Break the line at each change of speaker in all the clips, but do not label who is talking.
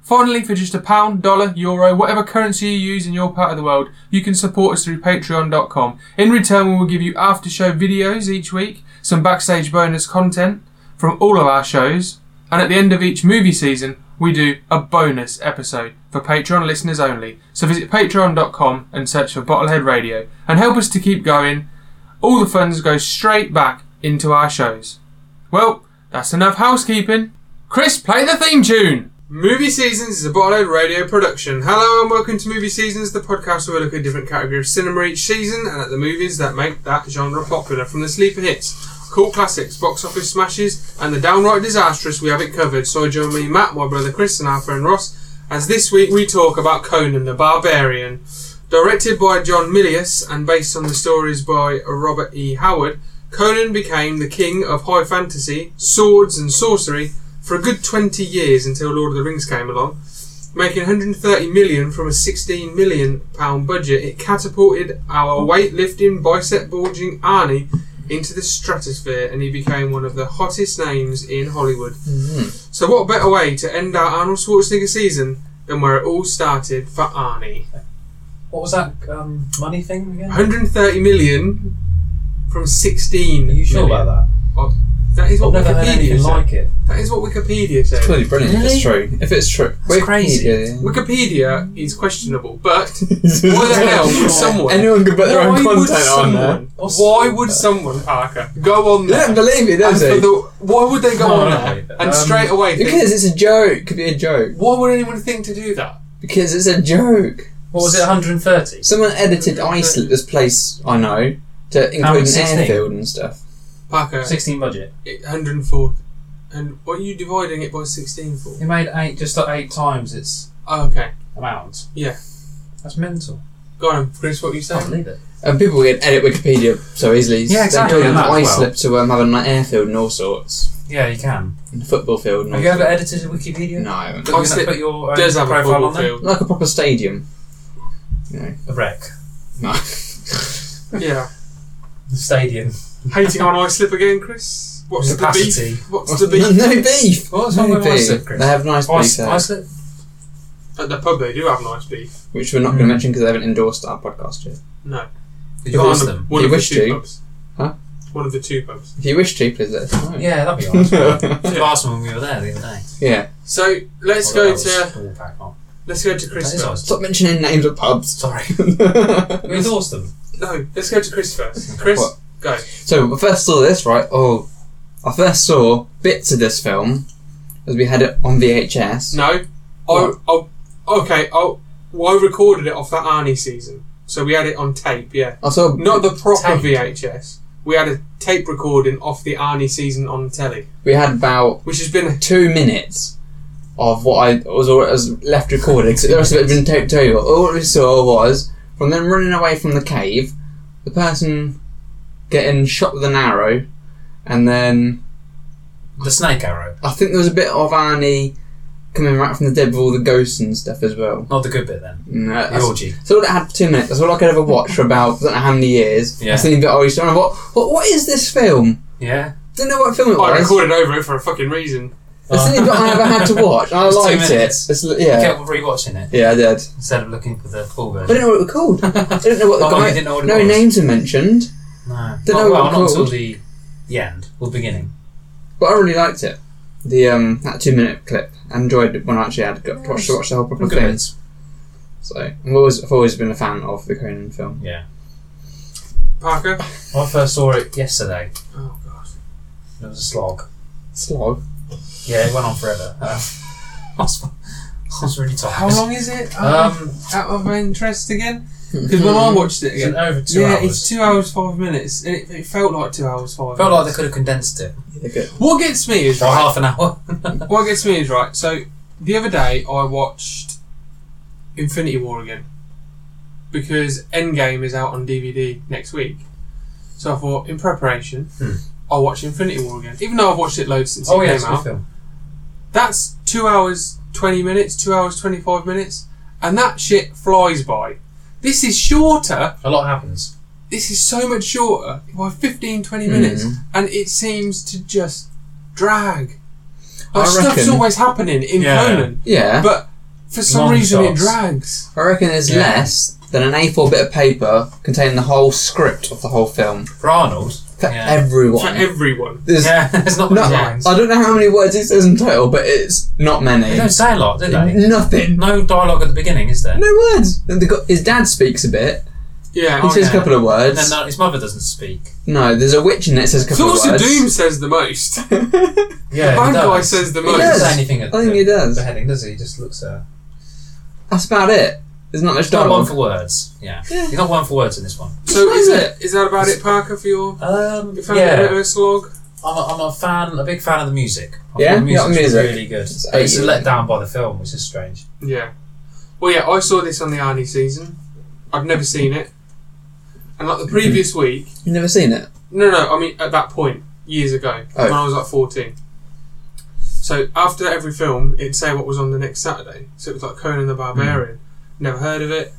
Finally, for just a pound, dollar, euro, whatever currency you use in your part of the world, you can support us through patreon.com. In return, we will give you after show videos each week, some backstage bonus content from all of our shows, and at the end of each movie season, we do a bonus episode for Patreon listeners only. So visit patreon.com and search for Bottlehead Radio and help us to keep going all the funds go straight back into our shows. Well, that's enough housekeeping. Chris, play the theme tune! Movie Seasons is a Bottlehead radio production. Hello and welcome to Movie Seasons, the podcast where we look at a different category of cinema each season and at the movies that make that genre popular. From the sleeper hits, cool classics, box office smashes, and the downright disastrous, we have it covered. So join me, Matt, my brother Chris, and our friend Ross, as this week we talk about Conan the Barbarian. Directed by John Milius and based on the stories by Robert E. Howard, Conan became the king of high fantasy, swords, and sorcery for a good 20 years until Lord of the Rings came along. Making 130 million from a 16 million pound budget, it catapulted our weightlifting, bicep bulging Arnie into the stratosphere and he became one of the hottest names in Hollywood. So, what better way to end our Arnold Schwarzenegger season than where it all started for Arnie?
What was that um, money thing again?
130 million from 16.
Are you sure about
That is
that? I've
what
never heard
Wikipedia
anything
said.
like it.
that is what Wikipedia
It's
said.
clearly brilliant if it's true. If it's true.
That's crazy.
Wikipedia,
Wikipedia is questionable, but
yeah.
why the hell would someone?
Anyone can put their
why
own
would
content on there.
someone? Why would someone, Parker, go on
They don't
there?
believe it,
and
does
for
it?
the, why would they go
No,
on
no,
there
no.
and
Um,
straight away think?
Because it's a joke. It could be a joke.
why would anyone think to do that?
Because it's a joke.
What was it, 130?
Someone edited Iceland, this place I know, to include an
16.
airfield and stuff.
Parker,
16 budget.
104. And what are you dividing it by 16 for?
It made eight, just like eight times its
Oh, okay.
amount.
Yeah.
That's mental.
Go on, Chris, what were you saying?
believe it.
And people can edit Wikipedia so easily.
Yeah, exactly,
They
and that as well.
Iceland to um, having an airfield and all sorts.
Yeah, you can.
And a football field and all
Have you ever
sorts.
edited a Wikipedia?
No. I haven't.
But you're
Honestly,
gonna put your own
Does have a
Oh, profile
football
on there?
field.
Like a proper stadium. You know.
A wreck.
No.
Yeah.
The stadium.
Hating on Islip again, Chris? What's the
Capacity.
beef? What's the beef?
no beef.
What's wrong
no
with
beef.
Iceland, Chris?
They have nice beef
Ice,
there,
Iceland?
At the pub, they do have nice beef.
which we're not
Hmm.
going to mention because they haven't endorsed our podcast yet.
No.
Did you ask
One of-
them?
One
You
of the
wish
two
to.
pubs.
Huh?
One of the two pubs.
If you wish to, please let us know.
Yeah, that'd be nice. Should have asked them when we were there the other day.
Yeah.
So let's
Although
go
that
to
was all back on.
let's go to
That
Chris
is
first.
Iceland.
Stop mentioning names of pubs.
Sorry. We
so
endorsed them.
No, let's go to Chris first. Chris,
What?
go.
I first saw this right. Oh, I first saw bits of this film as we had it on VHS.
No.
What?
Oh, oh, okay. Oh, well, I recorded it off that Arnie season, so we had it on tape. Yeah,
I saw
not the proper
Tape.
VHS. We had a tape recording off the Arnie season on telly,
we had about
which has been
two minutes of what I was, al- was left recorded because the rest of it had been taped over. All we saw was from them running away from the cave, the person getting shot with an arrow, and then
The snake arrow.
I think there was a bit of Arnie coming right from the dead with all the ghosts and stuff as well.
Not the good bit then.
No,
The
that's,
orgy.
that's all it had for two minutes. That's all I could ever watch for about I don't know how many years.
Yeah.
I seen that I used to, and I thought, what, what is this film?
Yeah.
Didn't know what film it
I
was.
recorded over it for a fucking reason.
That's the only bit I ever had to watch. And I
It's two
liked it.
minutes.
It's,
I
yeah,
kept rewatching it
yeah, I did.
instead of looking for the full
I
version.
don't know what it was called. I don't know what the
Oh,
guy.
you didn't know what it
no
was.
names are mentioned,
No. Not-
Don't know what
well,
it's
not until
called.
the, the end, or the beginning.
but I really liked it. The um that two minute clip. I enjoyed it when I actually had got to watch, to watch the whole proper
Good
thing.
bits.
So I've always, I've always been a fan of the Conan film.
Yeah.
Parker?
When I first saw it yesterday,
Oh, God.
it was a slog.
Slog.
Yeah, it went on forever. Uh, I, was, I was really tired.
How long is it? Um,
Um,
out of interest again? Because when I watched it
it's an
again.
over two
Yeah,
hours.
it's two hours five minutes, and it, it felt like two hours five.
felt like they
minutes.
could have condensed it
Okay.
What gets me is
for
right,
half an hour.
What gets me is right. So the other day I watched Infinity War again because Endgame is out on DVD next week. So I thought, in preparation,
Hmm.
I'll watch Infinity War again, even though I've watched it loads since
oh
it
yeah,
came
it's a
out.
good film.
That's two hours twenty minutes, two hours twenty five minutes, and that shit flies by. This is shorter.
A lot happens.
This is so much shorter by 15, 20 minutes,
Mhm.
and it seems to just drag.
I
Like, stuff's
reckon-
always happening in
Yeah.
Conan.
Yeah.
But for some
Long
reason,
shots.
it drags.
I reckon there's
Yeah.
less than an A4 bit of paper containing the whole script of the whole film
For Arnold,
for
Yeah.
everyone.
For everyone.
There's
yeah, there's not
No,
many lines.
I don't know how many words it says in total, but it's not
They
many.
don't say a lot, do they?
Nothing.
No dialogue at the beginning, is there?
Mm-hmm. No words. And the go- His dad speaks a bit.
Yeah.
He
Oh,
says
yeah.
a couple of
And then
words.
uh, his mother doesn't speak.
No, there's a witch in it. that Says a couple
Source
of
of
words.
Doom says the most.
Yeah,
the bad guy says the
He
He
most.
doesn't
does.
say anything at
I think
the,
he does.
the heading, does he? He just looks uh, at her.
That's about it. There's not much
He's not one
dialogue.
for words. Yeah.
Yeah.
He's not one for words in this one.
So
He
is
says
that, is that about it, Parker, for your,
Um,
your fan yeah.
yeah.
slog?
I'm a, I'm a fan, a big fan of the music. I
Yeah?
think the
Yeah, the
music's
music.
really good. It's,
eighties.
it's let down by the film, which is strange.
Yeah. Well, yeah, I saw this on the Arnie season. I've never seen it. And like the previous week,
You've never seen it.
no, no, I mean at that point, years ago,
Oh.
when I was like 14. So after every film, it'd say what was on the next Saturday. So it was like Conan
Hmm.
the Barbarian. Never heard of it.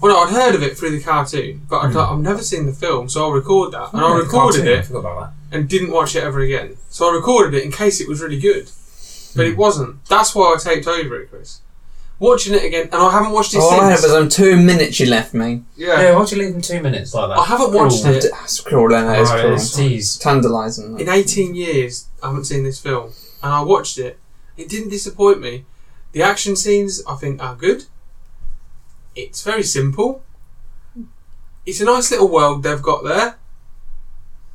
Well, no, I'd heard of it through the cartoon, but I'd
Mm.
Hmm.
like, I've never seen the film, so I'll record that. And
Yeah,
Oh,
I
the
recorded
cartoon, I
it
forgot about
and didn't watch it ever again. So I recorded it in case it was really good. But
Hmm.
it wasn't. That's why I taped over it, Chris. Watching it again, and I haven't watched it
All Oh, I have
since.
is on two minutes you left me.
that.
yeah.
Yeah, why'd you leave him two minutes like that?
I haven't watched
Cruel.
it.
D- That's cruel, I know. It's
Alright,
cruel.
it's teased.
Tantalising.
In 18 years, I haven't seen this film, and I watched it. It didn't disappoint me. The action scenes, I think, are good. It's very simple. It's a nice little world they've got there.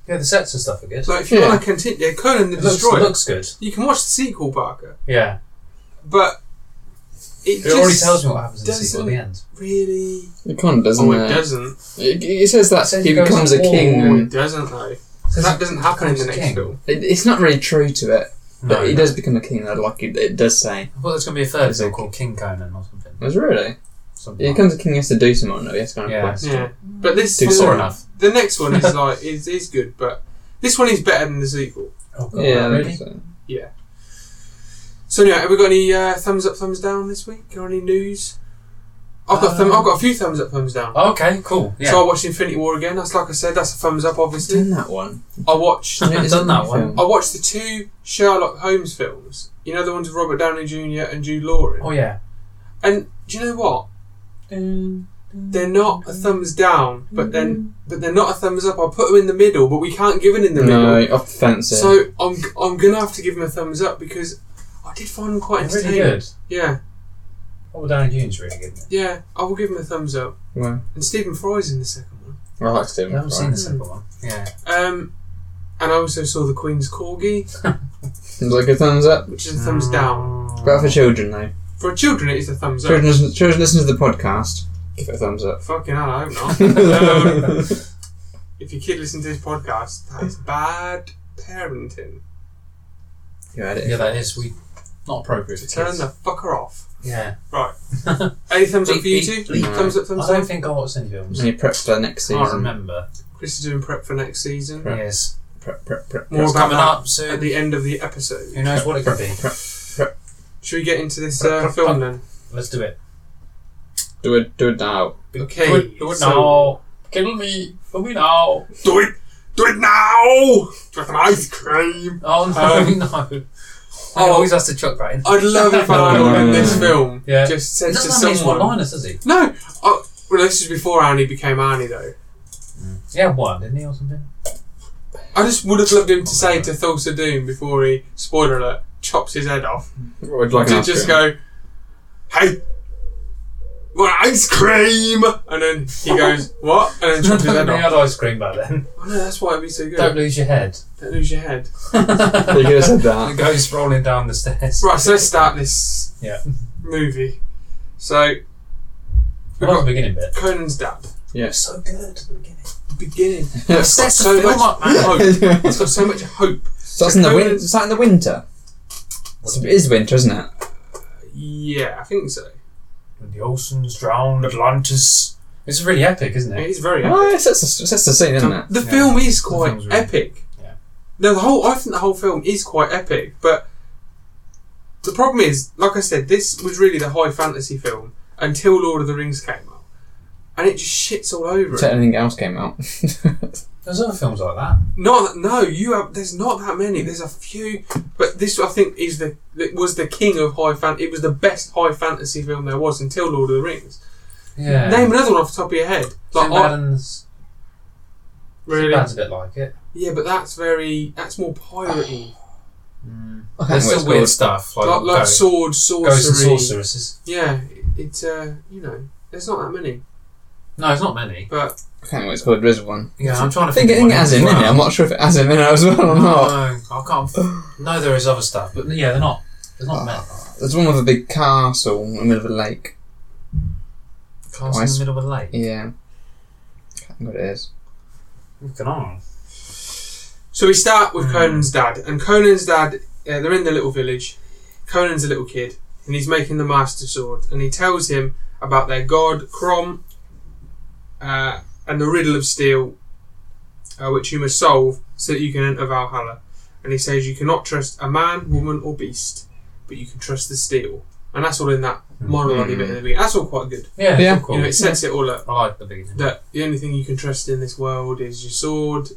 Yeah, the sets and stuff are good.
Like, if you
Yeah.
want to continue, yeah, Conan the
It looks,
Destroyer,
it looks good.
you can watch the sequel, Parker.
Yeah.
But it,
It
just
already tells me what happens in the
doesn't-
sequel at the end.
really.
It kind of doesn't.
Oh,
it,
it doesn't.
It, it says that
It says
he
he goes
becomes a
all-
king.
Oh, it
And
doesn't though. Because that doesn't happen in the next
King.
film.
it, it's not really true to it, but
No.
he does become a king. though, Like it, it does say.
I thought there's going to be a third
Is
film
it-
called King Conan or something.
It was really.
something
He
like
becomes a king. He has to do something. Or he has to go on a
Yeah.
quest.
Yeah, but this
Too
that.
one-
Sore enough.
the next one is like is is good, but this one is better than the sequel.
Oh, God,
Yeah,
really?
that's it.
So anyway, have we got any uh, thumbs up, thumbs down this week, or any news? I've got thumb-
Um,
I've got a few thumbs up, thumbs down.
Okay, cool. Oh, Yeah.
So I watched Infinity War again. That's like I said, that's a thumbs up. Obviously,
Done that one.
I watched
I've done
Isn't
that
it?
one.
I watched the two Sherlock Holmes films. You know the ones with Robert Downey Jr. and Jude Law in.
oh, yeah.
And do you know what? They're not a thumbs down, but then but they're not a thumbs up. I put them in the middle, but we can't give in in the middle.
No,
uh,
offensive.
So I'm I'm gonna have to give him a thumbs up because I did find him quite
They're really
entertaining.
good. Oh,
Yeah,
Robert Downey Jr.'s really good. isn't
yeah. I will give him a thumbs up.
well,
And Stephen Fry's in the second one.
I like Stephen
he? I haven't
Fry.
seen the second one. Yeah.
Um, and I also saw the Queen's Corgi,
Seems like a thumbs up.
which is a thumbs
Ah.
down.
But for children, though.
For children, it is a thumbs up.
Children, listen, children listen to the podcast. Give it a thumbs up.
Fucking hell, I hope not. um, if your kid listens to this podcast, that is bad parenting.
You had it.
Yeah, that is. We not appropriate.
So
for
turn
kids.
the fucker off.
Yeah.
Right. Any thumbs up for you
Bleep,
two?
bleep, bleep.
Thumbs up,
I
thumbs
don't
up.
think I watched any films.
And you prep for the next
I can't
season.
remember.
Chris is doing prep for next season.
Prep.
Yes.
Prep, prep, prep.
More
prep.
It's
about
coming
that
up
at
soon.
the end of the episode.
Who knows what it could be?
Should we get into this uh, film then?
Let's do it.
Do it, do it now.
Okay,
Do it, do it
so-
now. Kill me. Kill me now.
Do it! Do it now! With an ice cream!
Oh
Um,
no, no. Oh, always has to chuck that in.
I'd love if Arnold in this film
Yeah.
just
He
said to
doesn't have many
someone.
one-liners, does he?
No! Oh, well, this is before Arnie became Arnie, though.
Yeah, one, didn't he, or something?
I just would have loved him to say to Thulsa Doom before he, spoiler alert, chops his head off.
I'd like
to
an
just
ice cream.
go, hey! want ice cream? And then he goes, what? And then chops his
Don't
head
bring
off.
out ice cream by then.
Oh no, that's why it'd be so good.
Don't lose your head.
Don't lose your head.
They could have said
And
that.
it goes rolling down the stairs.
Right, so let's start this
Yeah.
movie. So, we've
What was
got
the beginning bit?
Conan's dad.
Yes.
So good at the beginning.
The beginning.
so
That's
So
the
much
film up, man.
hope. It's got so much hope.
that's in the win- is that in the winter? It's, it is winter, isn't it?
Yeah, I think so.
When the oceans drowned, Atlantis. It's really epic, isn't
It
it?
is very epic.
Oh, yes, that's, the- that's the scene, isn't it?
The
Yeah.
film is
The
quite
film's really-
epic.
Yeah.
No, the whole I think the whole film is quite epic, but the problem is, like I said, this was really the high fantasy film until Lord of the Rings came out, and it just shits all over
Until
it.
anything else came out.
There's other films like that.
Not no, you have. There's not that many. There's a few, but this I think is the it was the king of high fan. It was the best high fantasy film there was until Lord of the Rings.
Yeah.
Name another one off the top of your head. Like, I,
Sinbad's,
really?
Sinbad's a bit like it.
Yeah, but that's very that's more piratey.
Mm. There's
I don't know what
still
it's
weird
called.
stuff like,
like, like
ghosts,
sword,
ghosts and
sorcery.
sorceresses.
Yeah, it's uh, you know, there's not that many,
No, it's not many.
but
I can't remember what it's called. There is one.
Yeah, I'm trying
I
to
think
think.
it, I think
of one as
it has him in it.
well.
I'm not sure if it has him in it as well or not.
No, I can't. Ah, f- No, there is other stuff, but yeah, they're not. There's not many.
There's one with a big castle in the middle of a lake.
Castle in
Ice-
the middle of a lake.
Yeah. can't remember what it is.
Looking on.
so we start with
Hmm.
Conan's dad, and Conan's dad, uh, they're in the little village. Conan's a little kid, and he's making the master sword, and he tells him about their god Crom, uh, and the riddle of steel, uh, which you must solve so that you can enter Valhalla. And he says you cannot trust a man, woman, or beast, but you can trust the steel. And that's all in that
Hmm.
monologue bit at the beginning. That's all quite good.
Yeah,
Yeah.
yeah. Cool.
You know, it sets it all up.
I like the beginning.
that the only thing you can trust in this world is your sword,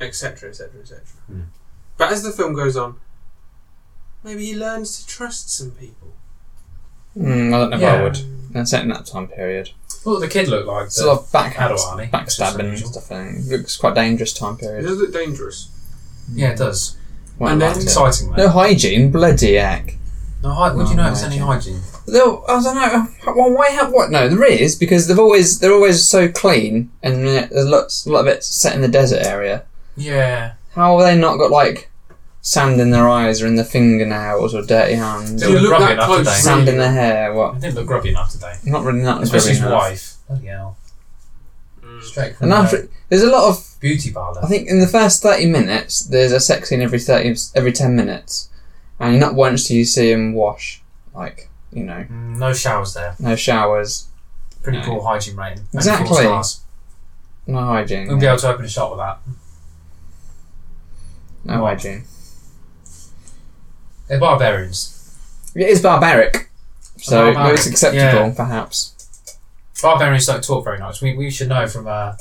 etc., etc., etc.
Hmm.
But as the film goes on, maybe he learns to trust some people.
Mm, I don't know if I
Yeah.
would. And set in that time period.
What did the kid look like?
It's a lot of back,
Padawan, eh?
backstabbing and
It's just
stuff. And it looks quite dangerous time
It
period.
does look dangerous.
yeah, it does.
Quite
And
like
then-
It's
it.
exciting, man.
No hygiene, bloody heck.
No, hy- would you
No
know if there's any
hygiene.
hygiene?
No, I don't know. Well, why have what? No, there is because they've always they're always so clean, and uh, there's lots a lot of it set in the desert area.
Yeah.
How have they not got like sand in their eyes or in their fingernails or dirty hands,
They
you
were
look
grubby
that
enough
close,
today.
sand in their hair? What?
It didn't look grubby enough today.
Not really that.
Especially his
grubby enough.
wife. Bloody hell.
Mm.
Straight from
And
the
after there's a lot of
beauty parlour.
I think in the first thirty minutes, there's a sex scene every thirty every ten minutes, and not once do you see him wash, like you know,
Mm, no showers there.
no showers,
Pretty
No.
cool hygiene rating. Only
Exactly.
four stars.
no hygiene,
Wouldn't be able to open a shop with that.
no hygiene.
They're barbarians.
It is barbaric, so
Barbaric,
it's acceptable,
yeah.
perhaps.
Barbarians don't talk very much. We, we should know from uh,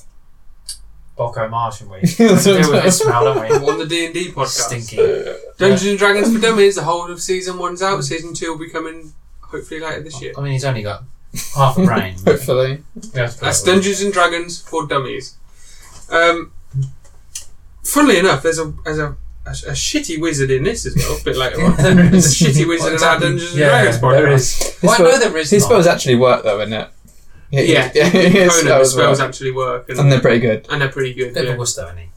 Bocco Marsh, shouldn't we? we
That's
deal
what I'm
with this now, don't we?
on the D and D podcast,
Stinky.
Dungeons and Dragons for Dummies. The whole of season one's out. Season two will be coming hopefully later this year.
I mean, he's only got half a brain. We have to
Hopefully,
put up
That's
with it.
Dungeons and Dragons for Dummies. Um, funnily enough, there's a there's a, a, a shitty wizard in this as well. A bit later on, there's a shitty wizard in our Dungeons and
Yeah,
Dragons podcast.
there is. Well, I
spell-
know there is.
his
not.
spells actually work though, isn't it?
Yeah,
yeah, his
Conan, the
spells
spells
work.
actually work, and,
and they're pretty good.
and they're pretty good.
Bit of
Yeah.
a wuss, though, isn't he?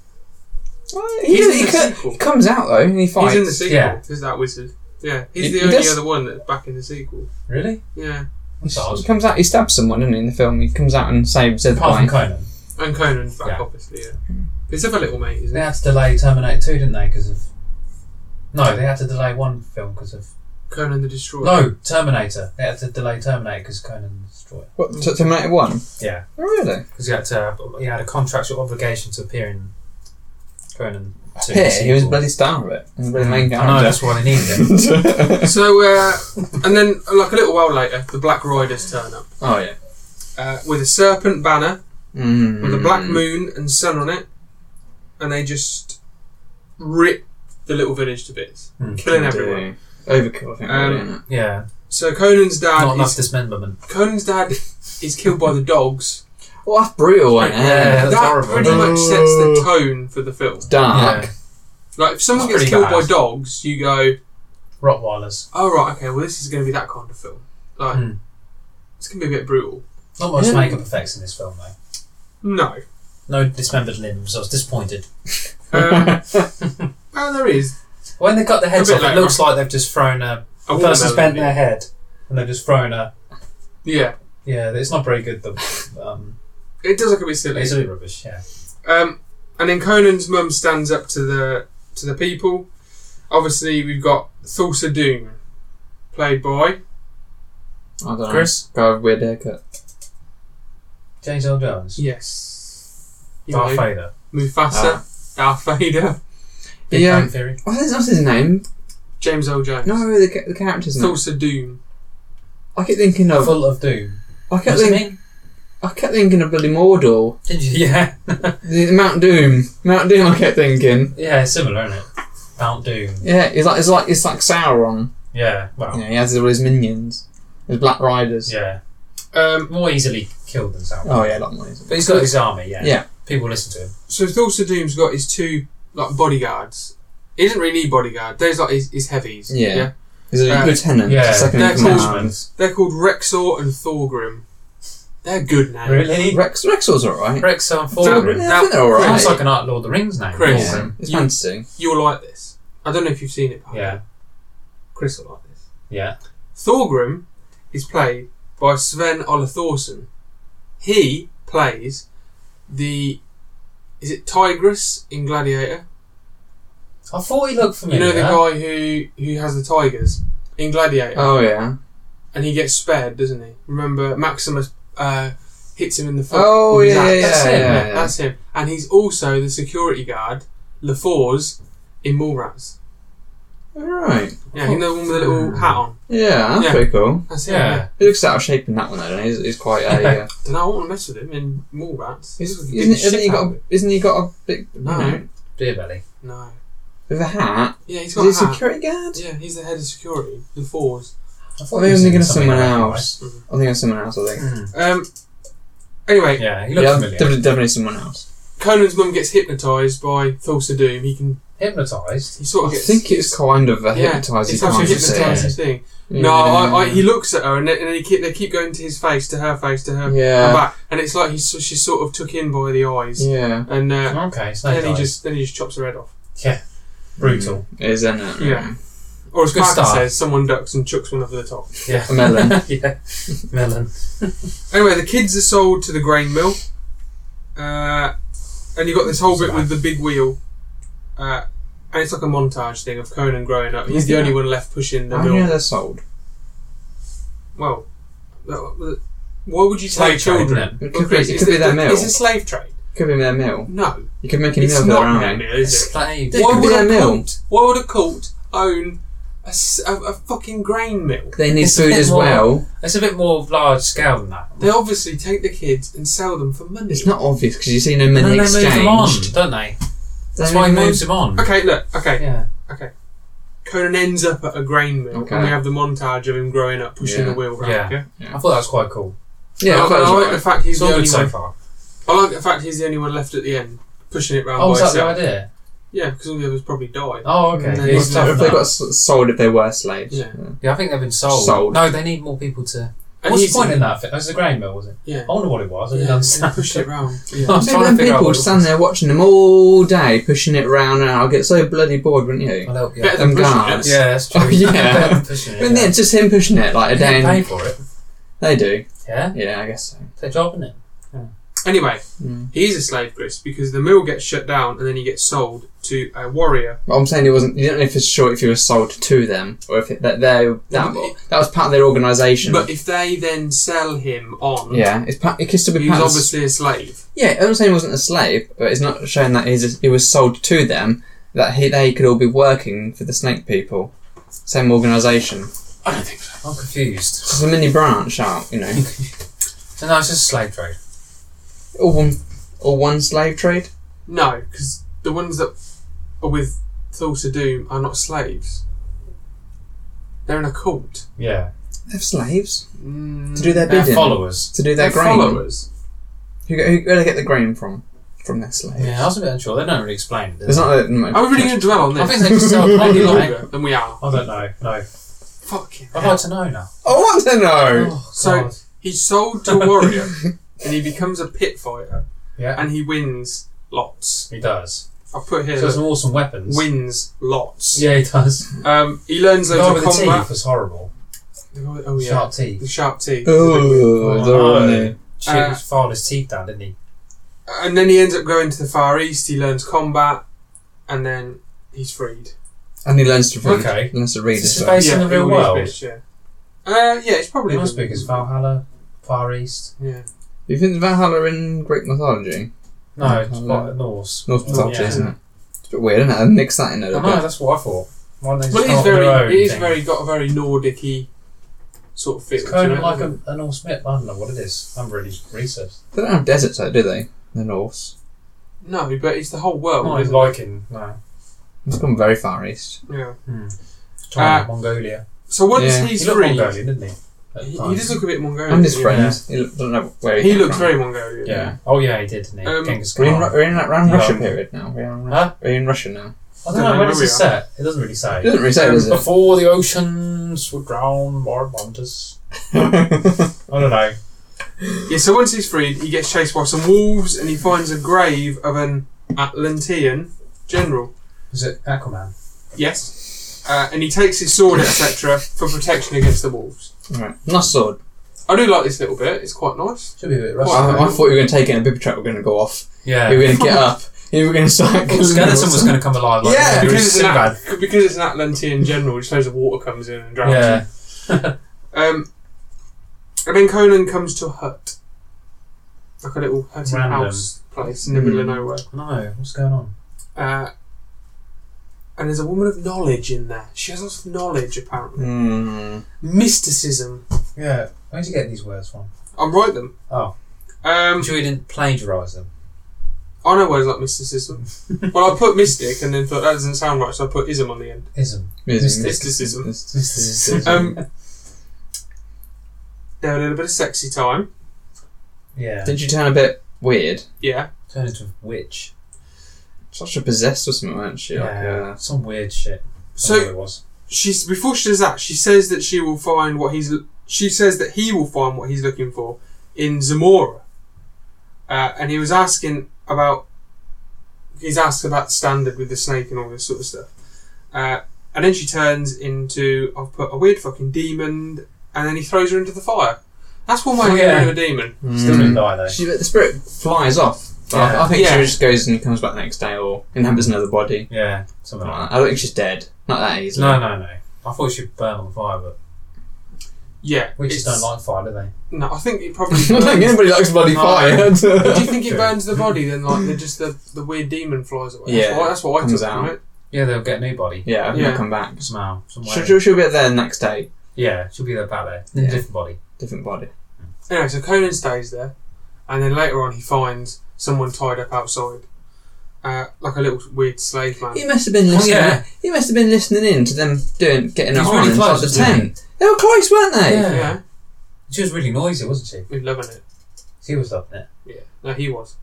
Well,
He's in
he, he
the
co-
sequel.
he comes out though, and he fights.
He's in the sequel.
Yeah.
Is that wizard? Yeah, he's
He-
the
he
only
does-
other one that's back in the sequel.
Really?
Yeah,
That's odd.
he comes out. He stabs someone, doesn't he? In the film, he comes out and saves
Apart
everyone.
from Conan.
and Conan's back,
Yeah.
obviously. Yeah, his other little mate, isn't
They
it?
had to delay Terminator 2, didn't they? Because of. No, they had to delay one film because of.
Conan the Destroyer.
No, Terminator. They had to delay Terminator because Conan destroyed.
What? To, to Terminator One?
Yeah,
Oh, really?
because he had to. He had a contractual obligation to appear in Conan. 2,
Here,
the
he was
sequel.
bloody star of it. He was bloody main
Mm. I know
character.
that's why they needed him.
So, uh, and then like a little while later, the Black Riders turn up
oh yeah.
uh, with a serpent banner.
Mm.
with a black moon and sun on it, and they just rip the little village to bits,
Hmm.
killing everyone.
Overkill, I think.
Um,
really, isn't it?
Yeah,
So Conan's
not
dad
enough
is,
dismemberment.
Conan's dad is killed by the dogs.
Well, that's brutal, isn't it?
Yeah. That's
that
horrible.
pretty much sets the tone for the film.
Dark.
Like if someone
That's
gets
pretty
killed by
bad.
dogs, you go,
Rottweilers.
"Oh right, okay, well this is going to be that kind of film." Like
Hmm.
It's gonna be a bit brutal.
Not much
Yeah.
makeup effects in this film, though.
No.
No dismembered limbs. I was disappointed.
Um, well, there is.
When they cut the heads
A bit
off,
like-
it looks like they've just thrown a.
A
A person's
watermelon.
bent their head and they've just thrown a.
Yeah.
Yeah, it's not very good. The um,
It does look a bit silly.
it's a bit rubbish. Yeah.
Um, and then Conan's mum stands up to the to the people. Obviously, we've got Thulsa Doom, played by
I don't know.
Chris?
Guy with weird haircut.
James Earl Jones.
yes, you
Darth
know,
Vader. Ah.
Mufasa, Darth Vader,
Big
Yeah.
Bang Theory.
Oh, that's not his name.
James L. Jones.
No, the, ca- the character's name.
Thulsa Doom.
I kept thinking of.
Full of doom.
I kept
What's it
thinking.
mean?
I kept thinking of Billy Mordor.
Did you? Yeah.
The, the Mount Doom. Mount Doom. I kept thinking.
Yeah, it's similar, isn't it? Mount Doom.
Yeah, it's like it's like it's like Sauron.
Yeah. Well.
Yeah, he has all his minions. His Black Riders.
Yeah.
Um,
More easily killed than Sauron.
Oh yeah, that one is.
But he's got his army. Yeah.
Yeah.
People listen to him.
so Thulsa Doom's got his two like bodyguards. He doesn't really need bodyguard. There's like his, his heavies.
Yeah. He's a
Uh,
lieutenant.
yeah,
Second in
they're
command.
They're called Rexor and Thorgrim. They're good names.
Really?
Rex Rexor's alright.
Rex and
Thorgrim.
Thorgrim.
Yeah, I think they're alright.
Sounds like an Art Lord of the Rings name.
Chris.
Yeah,
Thorgrim.
it's
You-
fancy.
You'll like this. I don't know if you've seen it. Paolo.
Yeah.
Chris will like this.
Yeah.
Thorgrim is played by Sven Ole Thorsen. He plays the is it Tigress in Gladiator?
I thought he looked
You
familiar.
know the guy who who has the tigers in Gladiator,
Oh yeah.
and he gets spared, doesn't he? Remember Maximus uh, hits him in the foot.
Oh
with his
yeah, yeah,
axe.
yeah.
That's
yeah,
him,
yeah.
That's him, and he's also the security guard Lefors in Mallrats.
Alright.
Yeah, you know the one with the little hat on.
Yeah, that's
Yeah.
pretty cool.
That's him.
Yeah.
He looks out of shape in that one though. Doesn't he? He's, he's quite a. Uh,
Don't know, I want to mess with him in Mallrats.
he's,
He's
isn't,
like a
isn't he
shit
got?
out of
A,
it.
isn't he got a big?
No.
You know,
Deer Belly.
No.
with a hat.
Yeah, he's got
Is he
a
a
hat.
security guard?
Yeah, he's the head of security. The fours.
I
I
thought
think I'm
was in
thinking of
something
someone
I
else.
recognise.
I think of someone else. I think.
recognised.
Um. Anyway,
Hmm. Yeah, he looks
Yeah,
familiar.
definitely, definitely someone else.
Conan's mum gets hypnotised by Thulsa Doom. He can.
Hypnotised.
He sort
I
of gets.
think it's kind of a
yeah,
hypnotising
It's actually a hypnotising thing. No, I, I, he looks at her and, they, and they keep they keep going to his face, to her face, to her
Yeah.
and back, and it's like he's so- she's sort of took in by the eyes,
Yeah.
and uh,
Okay, it's no
then he
dice.
just then he just chops her head off.
brutal.
Mm, is isn't it?
Yeah. Or as
Good
Parker
start.
says, someone ducks and chucks one over the top.
Yeah.
A melon.
yeah. Melon.
Anyway, the kids are sold to the grain mill, uh, and you got this whole bit with the big wheel, uh, and it's like a montage thing of Conan growing up. He's the only one left pushing the
How do you know
mill.
they're sold?
Well, that- that- why would you say
Slave trade,
children?
It
Well,
could be,
Chris,
it
is
could be their mill.
It's a slave trade.
Could be their meal.
No,
You could make a
it's
meal their
not their
own.
mill, is it?
Slave.
They
Why
could be
would
their
a
mill.
cult? Why would a cult own a, s- a- a fucking grain mill?
They need
It's a
food
bit
as
more-
well.
It's a bit more large scale than that.
They obviously take the kids and sell them for money.
It's not obvious because you see no
And
money
then they move them on,
exchanged.
don't they? That's
They
why he
move them
moves them on.
Okay, look. Okay,
Yeah.
Conan ends up at a grain mill,
Okay.
and we have the montage of him growing up pushing
Yeah.
the wheel round.
Yeah.
Yeah,
I thought that was quite cool.
Yeah,
I,
I
like-
thought it
I
was
like
alright.
the fact he's
It's
the
all
only
good so
one.
far.
I like the fact he's the only one left at the end pushing it round
Oh,
by
was that the
himself.
idea?
Yeah, because all the others probably died.
Oh, okay.
And
Yeah,
then
it's
he's
tough
If they
now.
got s- sold if they were slaves.
Yeah.
yeah, I think they've been sold.
Sold.
No, they need more people to.
And
What's
he's
the point in that? That was a grain mill, was it?
Yeah,
I wonder what it was. I didn't
yeah,
understand.
and pushed it round.
I
Yeah.
was
Maybe
trying to
them
figure out
people
what it
stand
was.
there watching them all day, pushing it round and I'll get so bloody bored, wouldn't you?
I'll help you.
Better
out.
than
Them
pushing
guards.
it.
Yeah, that's true.
Oh, yeah.
Better than pushing it,
But yeah,
yeah.
it's just him pushing it like a day.
They pay
And
for it.
they do.
Yeah,
Yeah, I guess so.
it's their job, isn't it?
Anyway,
Hmm.
Mm.
he is a slave, Chris, because the mill gets shut down and then he gets sold to a warrior.
But I'm saying it wasn't. You don't know if it's sure if you were sold to them or if it, that they that,
but it-
that was part of their organisation.
But if they then sell him on,
Yeah, it's pa- it could still be
he's
part of-
obviously a slave.
Yeah, I'm not saying he wasn't a slave, but it's not showing that he's he was sold to them. That he they could all be working for the snake people, same organisation.
I don't think so.
I'm confused.
It's a mini branch out, you know.
So now it's just a slave trade.
All one, all one slave trade.
No, because the ones that are with Thulsa Doom are not slaves. They're in a cult.
Yeah.
They have slaves
Mm,
to do their
They're
bidding,
followers.
to do their
they're
grain.
followers.
Who, go- who, where do they get the grain from? From their slaves.
Yeah, I was a bit unsure. They don't really explain it. do
There's
they?
not. A, no,
Are we really going to dwell on this?
I think they just sell
any
bloody like. Oh,
longer than we are.
I don't know. No.
Fucking
I'd
hell.
like to know now.
I want to know.
Oh,
So-
God.
He's sold to Warrior and he becomes a pit fighter
Yeah,
and he wins lots.
he does.
I put
So
here
he has
look,
some awesome weapons.
wins lots.
Yeah, he does.
Um, he learns
The guy
loads
with
of
the teeth
combat.
was horrible.
Oh, oh yeah,
Sharp
the
teeth.
sharp teeth.
Oh,
Oh,
the one
no.
there.
She
Uh,
filed his teeth down, didn't he?
And then he ends up going to the Far East. He learns combat, and then he's freed.
And he learns to read.
Okay.
Learns to read
This
as
is
well.
It's in the
he
real
will use
world.
Bitch, yeah. Uh, yeah, it's probably
It must
the-
be because Valhalla, Far East.
Yeah,
You think Valhalla in Greek mythology?
No, it's
Valhalla.
quite Norse.
Norse mythology,
Oh, yeah.
isn't it? It's a bit weird, isn't it? I mixed that in a
I know,
little bit.
that's what I thought. Why don't they
well,
just
it is
carve their own
very, it is
thing?
very got a very Nordic-y sort of feel.
It's kind
to
of
it,
like
isn't
a, a Norse myth. I don't know what it is. I'm really researched.
They don't have deserts though, do they? The Norse.
it? no, but it's the whole world.
Not
isn't
liking, no.
It's gone very far east.
it? Yeah.
Hmm. China,
Uh,
Mongolia.
So once
Yeah.
he's
he looked
free,
Mongolian, didn't he? At
he, he
times.
does look a bit Mongolian.
And his
yeah.
friends. He look, don't know where he,
He
came
looks
from.
very Mongolian.
Yeah. Oh yeah, he did, didn't he?
Um,
Genghis
We're in,
Khan.
Ru- we're in that round
Yeah.
Russia period now. We're in, Ru-
Huh?
we're in Russia now.
I don't know when is it set. It doesn't really say.
It doesn't really say, does it?
Before the oceans were drowned by wonders. I don't know.
Yeah, so once he's freed, he gets chased by some wolves and he finds a grave of an Atlantean general.
Was it Aquaman?
Yes. Uh, and he takes his sword, etc., for protection against the wolves.
Alright. Nice sword.
I do like this little bit, it's quite nice.
Should be a bit
Well,
rusty.
I, I thought you were going to take it and a bib trap were going to go off. You
yeah.
were going to get up. You were going to start.
Skeleton was going to come alive. Like,
Yeah,
it was
Because it's, an
Sinbad.
At- because it's an Atlantean general, just loads of water comes in and drowns
Yeah.
him. Um, and then Conan comes to a hut. Like a little hut and
Random.
house place in the middle of
Hmm.
nowhere.
No, what's going on?
Uh, and there's a woman of knowledge in there. She has lots of knowledge, apparently.
Mm.
Mysticism.
Yeah. Where'd you get these words from?
I'm right them.
Oh.
Um,
I'm sure you didn't plagiarise them.
I know words like mysticism. well, I put mystic and then thought that doesn't sound right, so I put ism on the end.
Ism.
Mysticism.
Mysticism.
Mysticism.
Um, they had a little bit of sexy time.
Yeah.
Did you turn a bit weird?
Yeah.
Turned into a witch.
Such a possessed or something, weren't she? Like, uh,
Some weird shit. I don't know
So
what it was.
she's before she does that, she says that she will find what he's. l- She says that he will find what he's looking for in Zamora. Uh, and he was asking about. He's asked about the standard with the snake and all this sort of stuff. Uh, and then she turns into I've put a weird fucking demon, and then he throws her into the fire. That's one way of
Yeah.
getting rid of a demon.
Still didn't die though.
uh, hmm. She, the spirit flies off. But
Yeah.
I, I think
Yeah.
she just goes and comes back next day or inhabits another body.
Yeah. Something like
I don't think she's dead. Not that
that.
easily.
No, no, no. I thought she'd burn on fire, but
Yeah,
witches
it's-
don't like fire, do they?
No, I think it probably.
I don't think
burns-
anybody likes bloody
No.
fire.
Do you think it
True.
burns the body then? Like the, just the, the weird demon flies away.
Yeah,
that's what, that's what I took
comes
from
out.
it.
Yeah, they'll get a new body.
yeah, I've
Yeah.
not come back.
Somehow, some way.
She'll, she'll, she'll be there the next day.
yeah, she'll be there back there.
Yeah.
Different body.
Different body.
Anyway, so Conan stays there, and then later on he finds someone tied up outside, uh, like a little weird slave man.
He must have been
Oh,
listening.
yeah.
He must have been listening in to them doing getting it
He's
on
really
inside
close,
the
isn't he?
tent. They were close, weren't they?
Yeah.
Yeah,
She was really noisy, wasn't
we're loving it.
she? She was loving it.
Yeah, no, he was.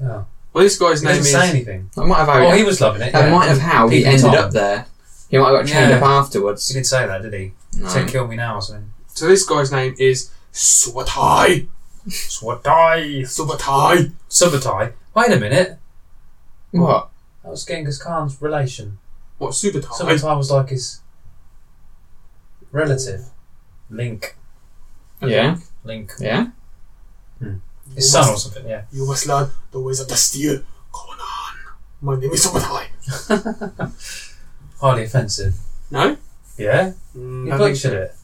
Yeah.
Well, this guy's
He
name
didn't
is.
say anything.
That might have how
Oh,
he,
he was loving it.
that
yeah.
might have how he
Peeping
ended
Tom.
up there. He might have got chained
Yeah.
up
He
afterwards.
didn't say that, did he?
No.
He said, kill me now or something.
So this guy's name is Subatai.
Swatai!
Subatai.
Subatai. Wait a minute.
What?
That was Genghis Khan's relation.
What Subatai?
Subatai was like his relative. Link.
Yeah.
Link.
Yeah.
His son or something, yeah.
You must learn the ways of the steel, Conan. My name is Subatai.
Highly offensive.
No.
Yeah?
Mm,
He
I don't think so.
butchered it.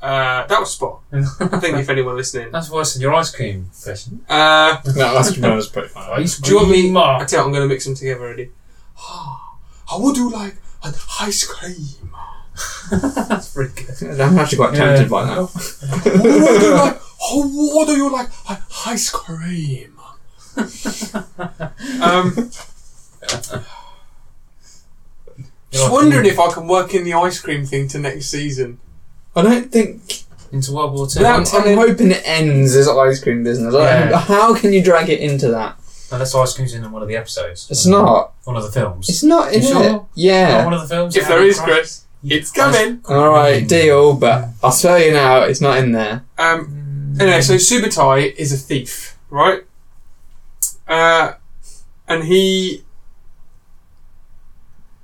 Uh, that was spot. I think if anyone listening,
That's why I said your ice cream question.
uh,
No, that's was pretty
Ice
do you want me?
cream.
I tell you, I'm going to mix them together already. Ah, I would do like an ice cream.
That's pretty good.
I'm actually quite tempted by that.
What do you like? How, what do you like? An ice cream. um, just wondering if I can work in the ice cream thing to next season.
I don't think.
Into World War Two.
No.
I'm, I'm hoping it ends this ice cream business. I don't-
Yeah.
How can you drag it into that?
Unless ice cream's in one of the episodes.
It's not.
One of the films.
It's not in
You sure?
it.
Not
Yeah.
one of the films.
If there is, Chris, it's coming.
Oh. All right, deal. But I'll tell you now, it's not in there.
Um,
Mm.
Anyway, so Subutai is a thief, right? Uh, and he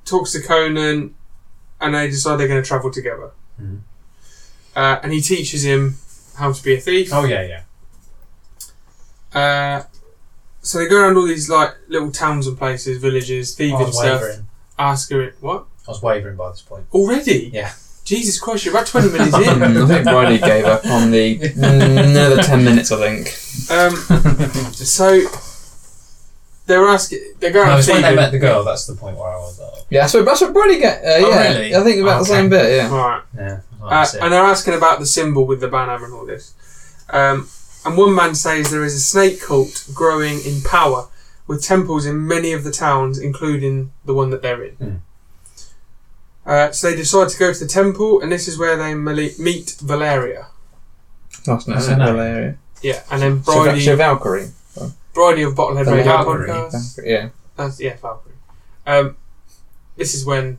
talks to Conan, and they decide they're going to travel together.
Mhm.
Uh, and he teaches him how to be a thief.
Oh yeah, yeah.
Uh, so they go around all these like little towns and places, villages,
I
thieving
was
stuff.
Oh, wavering.
Ask her what
I was wavering by this point.
already?
Yeah.
Jesus Christ, you're about twenty minutes
Hmm,
in.
I think Riley gave up on the another ten minutes. I think.
Um, so they're asking, they're going
No,
out
it's when
thieving.
they met the girl. That's the point where I was. Uh,
Yeah, that's what that's what Riley get. Uh,
Oh,
yeah,
really?
I think about the
Okay.
same bit. Yeah.
Right.
yeah. Oh, I
Uh,
was
and they're asking about the symbol with the banner and all this. Um, and one man says there is a snake cult growing in power with temples in many of the towns, including the one that they're in.
Hmm.
Uh, so they decide to go to the temple, and this is where they mele- meet Valeria.
That's
nice.
nice.
That's nice.
area.
Yeah, and then
So,
Bridie,
so Valkyrie.
Bridie of Bottlehead
Valeria.
Radio
Valkyrie.
Podcast.
Yeah.
That's, yeah, Valkyrie. Um, this is when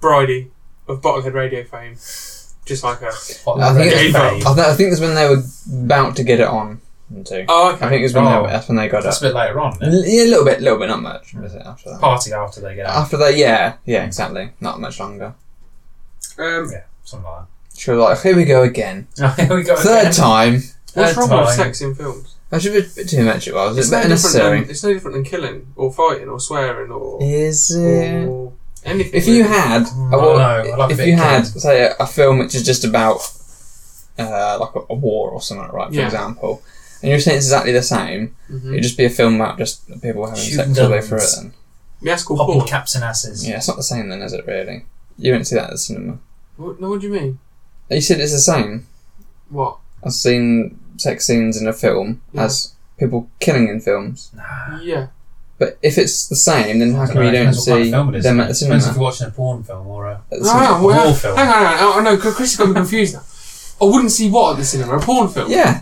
Bridie of Bottlehead Radio fame, just like her.
I think,
Ray
it's, I,
Faye.
th- I think that's when they were about to get it on. Into.
Oh, okay.
I think it was when
Oh.
they, that's when they got it.
That's a bit later on. Isn't it?
L- yeah, a little bit, little bit, not much. Was it after that?
Party after they get out.
After that, yeah, yeah, exactly. Not much longer.
Um,
yeah, something like
She was like, "Here we go again,
that. Here we go.
third
again.
time."
What's
Third
wrong with
time.
sex in films?
That's a bit, bit too much. It was. It's, a
no
bit
different
unnecessary.
than, it's no different than killing or fighting or swearing or,
Is it?
or anything.
If you
really.
had,
Mm,
a-
I don't know, I like a
if
bit
you
of
had,
killing.
say, a, a film which is just about, uh, like a, a war or something, right? For
Yeah.
example, and you're saying it's exactly the same,
Mm-hmm.
Mhm.
it'd just be a film about just people having
Shooting
sex all the way
guns.
through it. Then,
Yeah, that's called
Popping
porn.
caps and asses.
yeah, it's not the same, then, is it? Really? You wouldn't see that at the cinema.
What, no, what do you mean?
You said it's the same.
What?
I've seen sex scenes in a film
Yeah.
as people killing in films.
Nah.
Yeah.
But if it's the same, then how
I
come
know,
you don't
depends what kind
see
of film it is,
them
isn't
at
it?
the
Depends if
cinema?
you're watching a porn film or a.
At the
No,
cinema?
no, well,
war film.
Hang on, hang on. Oh, no, Chris has got me confused now. I wouldn't see what at the cinema? A porn film?
Yeah,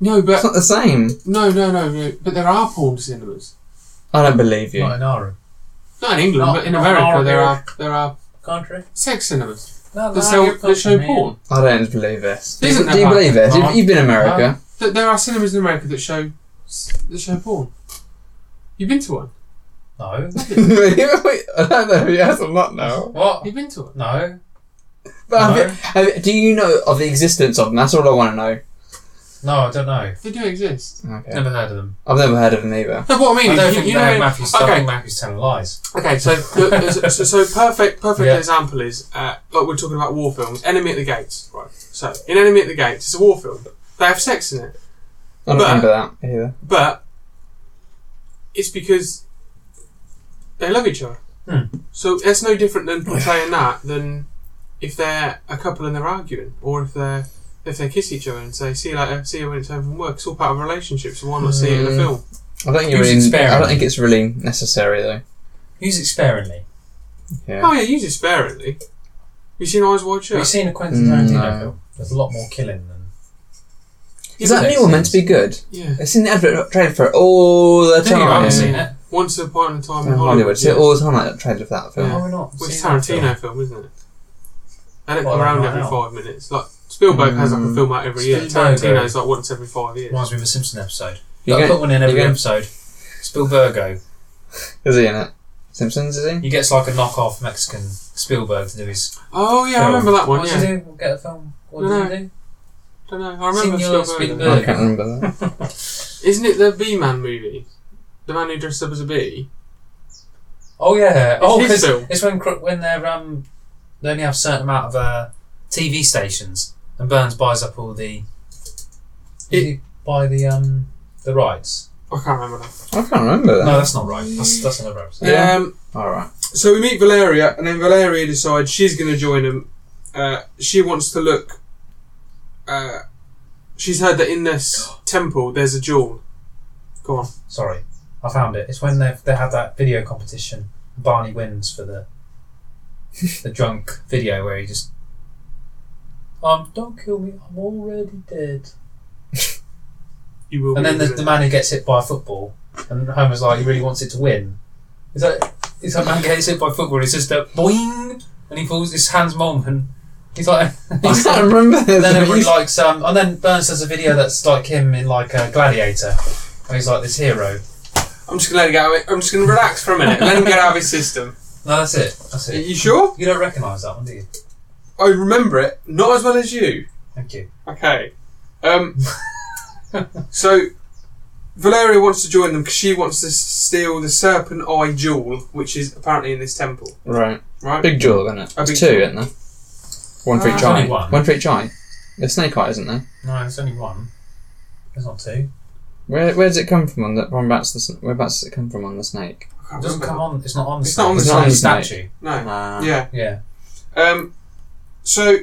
No,
it's
but
not the same.
no, no, no, no. But there are porn cinemas.
I don't believe you.
Not in our
Not in England,
Not-
but in
not
America
our
there
area.
are there are
country.
sex cinemas
No,
that
no,
sell
you're
that show
fucking
porn.
I don't believe this. Do
Isn't
you,
that
do you
right?
believe this?
Huh?
You've, you've been in America.
That there are cinemas in America that show that show porn. You've been to one?
No.
I don't know. Yes, I'm not now.
What?
You've been to one?
No.
But have
No.
you- have you- do you know of the existence of them? That's all I want to know.
No, I don't know.
They do exist.
Okay.
Never heard of them.
I've never heard of them either.
No, what I mean
I
is,
don't
you,
think
you
no,
know,
Matthew's, I
okay,
think Matthew's telling lies.
okay. So, so, so perfect, perfect
Yeah.
example is uh, like we're talking about war films. Enemy at the Gates, right? So, in Enemy at the Gates, it's a war film. They have sex in it,
I don't
But-
remember that either.
but it's because they love each other.
Hmm.
So that's no different than portraying that than if they're a couple and they're arguing, or if they're if they kiss each other and say "see you later," "see you when it's over from work." It's all part of a relationship, so why not see it in a
Hmm.
film?
I don't think you
Who's
really, I
experiment?
don't think it's really necessary though.
Use it sparingly.
Yeah.
Oh yeah, use it sparingly. You seen Eyes Wide Shut?
Have you seen a Quentin
Mm,
Tarantino
no.
film? There's a lot more killing than.
Is that new one meant to be good?
Yeah.
I've seen the advert trailer for it all the
Think you
time.
haven't seen
In
it.
Once Upon a Time in
Hollywood,
Hollywood.
see it all the time like that trailer for that
Why
film.
are we not?
Which
seeing that
Tarantino
film?
film? isn't it? They don't
Well,
come around
right
every
now. Hmm.
five minutes. Like Spielberg has like a
Mm.
film out every year.
Spielberg.
Tarantino's like once every five years.
Reminds me of a Simpson episode. You
You
I
get-
put one in every
you get-
episode. Spielbergo.
Is he in it? Simpsons is he?
He gets like a knockoff Mexican Spielberg to do his.
Oh yeah, I
film.
remember that one.
What
Yeah,
did he do? Get a film. What
No,
did he do?
don't know. I remember
Signor
Spielberg.
Spielberg.
I can't remember that.
Isn't it the Bee Man movie? The man who dressed up as a bee.
Oh yeah.
It's
Oh,
his
'cause
film.
it's when cr- when they're um they only have a certain amount of uh, TV stations, and Burns buys up all the. Did he buy the um the rights?
I can't remember that.
I can't remember that.
No, that's not right. That's that's another episode.
Yeah.
Um,
All right.
so we meet Valeria, and then Valeria decides she's going to join him. Uh, she wants to look. Uh, she's heard that in this temple there's a jewel. Go on.
Sorry, I found it. It's when they they had that video competition. Barney wins for the the drunk video where he just um don't kill me. I'm already dead.
You will.
And
be
then there's the man who gets hit by a football, and Homer's like, he really wants it to win. Is that is that man gets hit by a football? It's just a boing, and he falls. His hands moment, He's like,
I can't remember.
And then everybody likes um, and then Burns does a video that's like him in like a gladiator, where he's like this hero.
I'm just gonna let it get out. of it. I'm just gonna relax for a minute. let him get out of his system.
No, that's it. That's
Are
it.
you sure?
You don't recognise that one, do you?
I remember it, not as well as you.
Thank you.
Okay. Um, so Valeria wants to join them because she wants to s- steal the serpent eye jewel, which is apparently in this temple,
right,
right?
big jaw, isn't it?
A big
It's two, isn't there? One for
Ah.
each eye.
Only one.
for each eye. The snake eye, isn't there?
No, it's only one. There's not two.
Where where does it come from? On the, from about the sn- whereabouts does it come from on the snake?
I can't
It doesn't
remember.
come on. It's not on. The
It's not on the
snake, it's
snake.
statue.
No.
Ah.
Yeah.
Yeah.
Um, so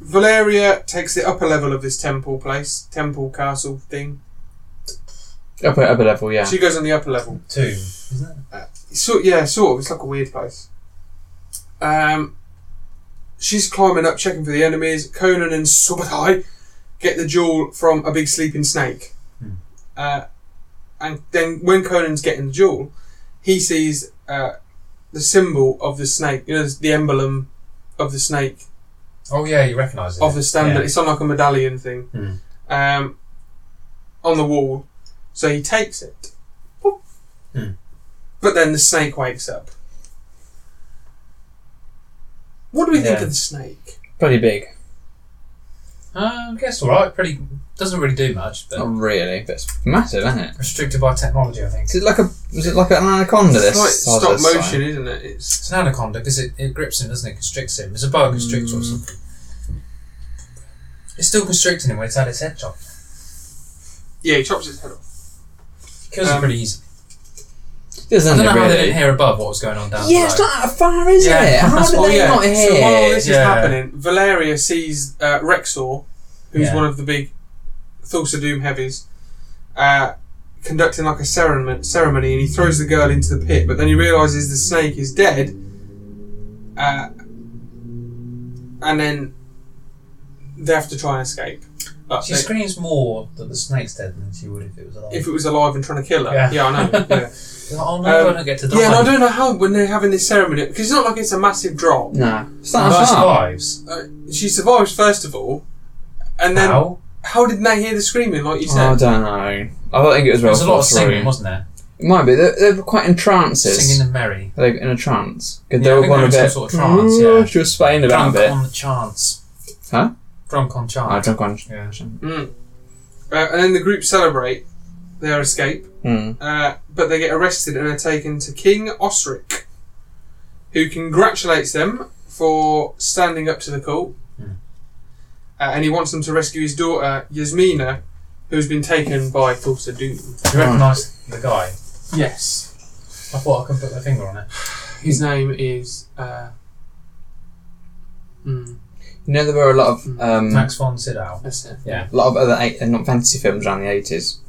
Valeria takes the upper level of this temple place, temple castle thing.
Upper upper level, yeah.
She goes on the upper level.
Tomb, isn't it?
So yeah, sort of. It's like a weird place. Um, she's climbing up, checking for the enemies. Conan and Subatai get the jewel from a big sleeping snake.
Hmm.
Uh, and then when Conan's getting the jewel, he sees uh, the symbol of the snake. You know, the emblem of the snake
Oh yeah, you recognise it.
of the standard.
Yeah.
It's on like a medallion thing
Hmm.
um, on the wall. So he takes it. Boop.
Hmm.
But then the snake wakes up. What do we think
Yeah.
of the snake?
Pretty big.
Um, I guess all right. Pretty doesn't really do much, but
Oh.
Not really, but it's massive, isn't it?
restricted by technology, I think.
Is it like a was it like an anaconda?
It's
This
like
size
stop
this size?
motion, isn't it? It's
It's an anaconda because it, it grips him, doesn't it? Constricts him. It's a boa constrictor
Mm.
or something. It's still constricting him when it's had its head chopped.
yeah, he chops his head off.
Kills him
Um,
pretty easy. I
Doesn't
don't know
it
how they didn't
really?
hear above what was going on down
Yeah, it's
below.
not that far, is
Oh, Yeah,
it? How
that's
did
what-
they
yeah.
not
So
hear?
while this is
Yeah.
happening, Valeria sees uh, Rexor, who's
Yeah.
one of the big Thulsa Doom heavies, uh, conducting like a ceremony, ceremony, and he throws the girl into the pit. But then he realizes the snake is dead, uh, and then they have to try and escape. But
She
they-
screams more that the snake's dead than she would if it was alive.
if it was alive and trying to kill her, yeah,
Yeah.
I know. Yeah,
She's like, oh no,
Um,
I don't get to die.
yeah and I don't know how when they're having this ceremony because it's not like it's a massive drop.
Nah, it's
But
not that
she
far.
survives.
Uh, she survives first of all, and then
How?
How did they hear the screaming, like you
I
said?
don't know. I don't think it was
There
well
was a lot of
thought through.
singing, wasn't there?
It might be. They, they were quite in trances.
Singing and merry.
Are they in a trance? Because
Yeah, I
they were
think
going
they
a
were in
bit.
some sort of trance, yeah.
She was spaying about a
Drunk
bit.
on the chance.
Huh?
Drunk on chance.
I drunk on.
Yeah.
Mm. Uh, and then the group celebrate their escape,
Hmm.
uh, but they get arrested and are taken to King Osric, who congratulates them for standing up to the cult.
Hmm.
Uh, and he wants them to rescue his daughter, Yasmina, who's been taken by Thulsa Doom.
Do you recognise the guy?
Yes.
I thought I could put my finger on it.
His name is. Uh, mm,
You know there were a lot of um, a
Max von Sydow.
that's it.
lot of other eight, uh, not fantasy films around the eighties.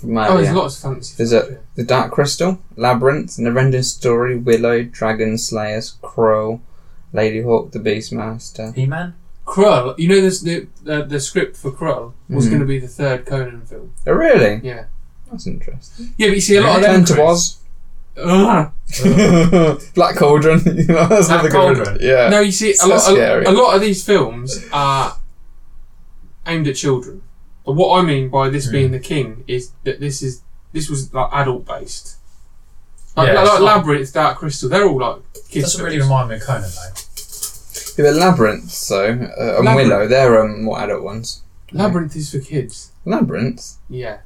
From
Oh,
earlier.
Oh, lots of fancy.
Oh, There's a- The Dark Crystal, Labyrinth, Narendra's Story, Willow, Dragon Slayers, Crow, Lady Hawk, The Beastmaster.
He Man?
Krull, you know this, the uh, the script for Krull was
Mm.
going to be the third Conan film.
Oh, really?
Yeah,
That's interesting.
yeah, but you see a lot of them.
Turn to Oz.
Ugh.
Black Cauldron. you know, that's
Black
another good one.
Cauldron.
Yeah.
no, you see a
So
lot.
scary.
A, a lot of these films are aimed at children. And what I mean by this
Mm.
being the king is that this is this was like adult based. Like,
Yeah,
like,
it's
like
not-
Labyrinth, Dark Crystal, they're all like kids.
Doesn't really
films.
remind me of Conan though.
Yeah, but Labyrinth, so, uh, and
Labyrinth.
Willow, they're um, more adult ones.
Labyrinth is for kids.
Labyrinth?
Yeah,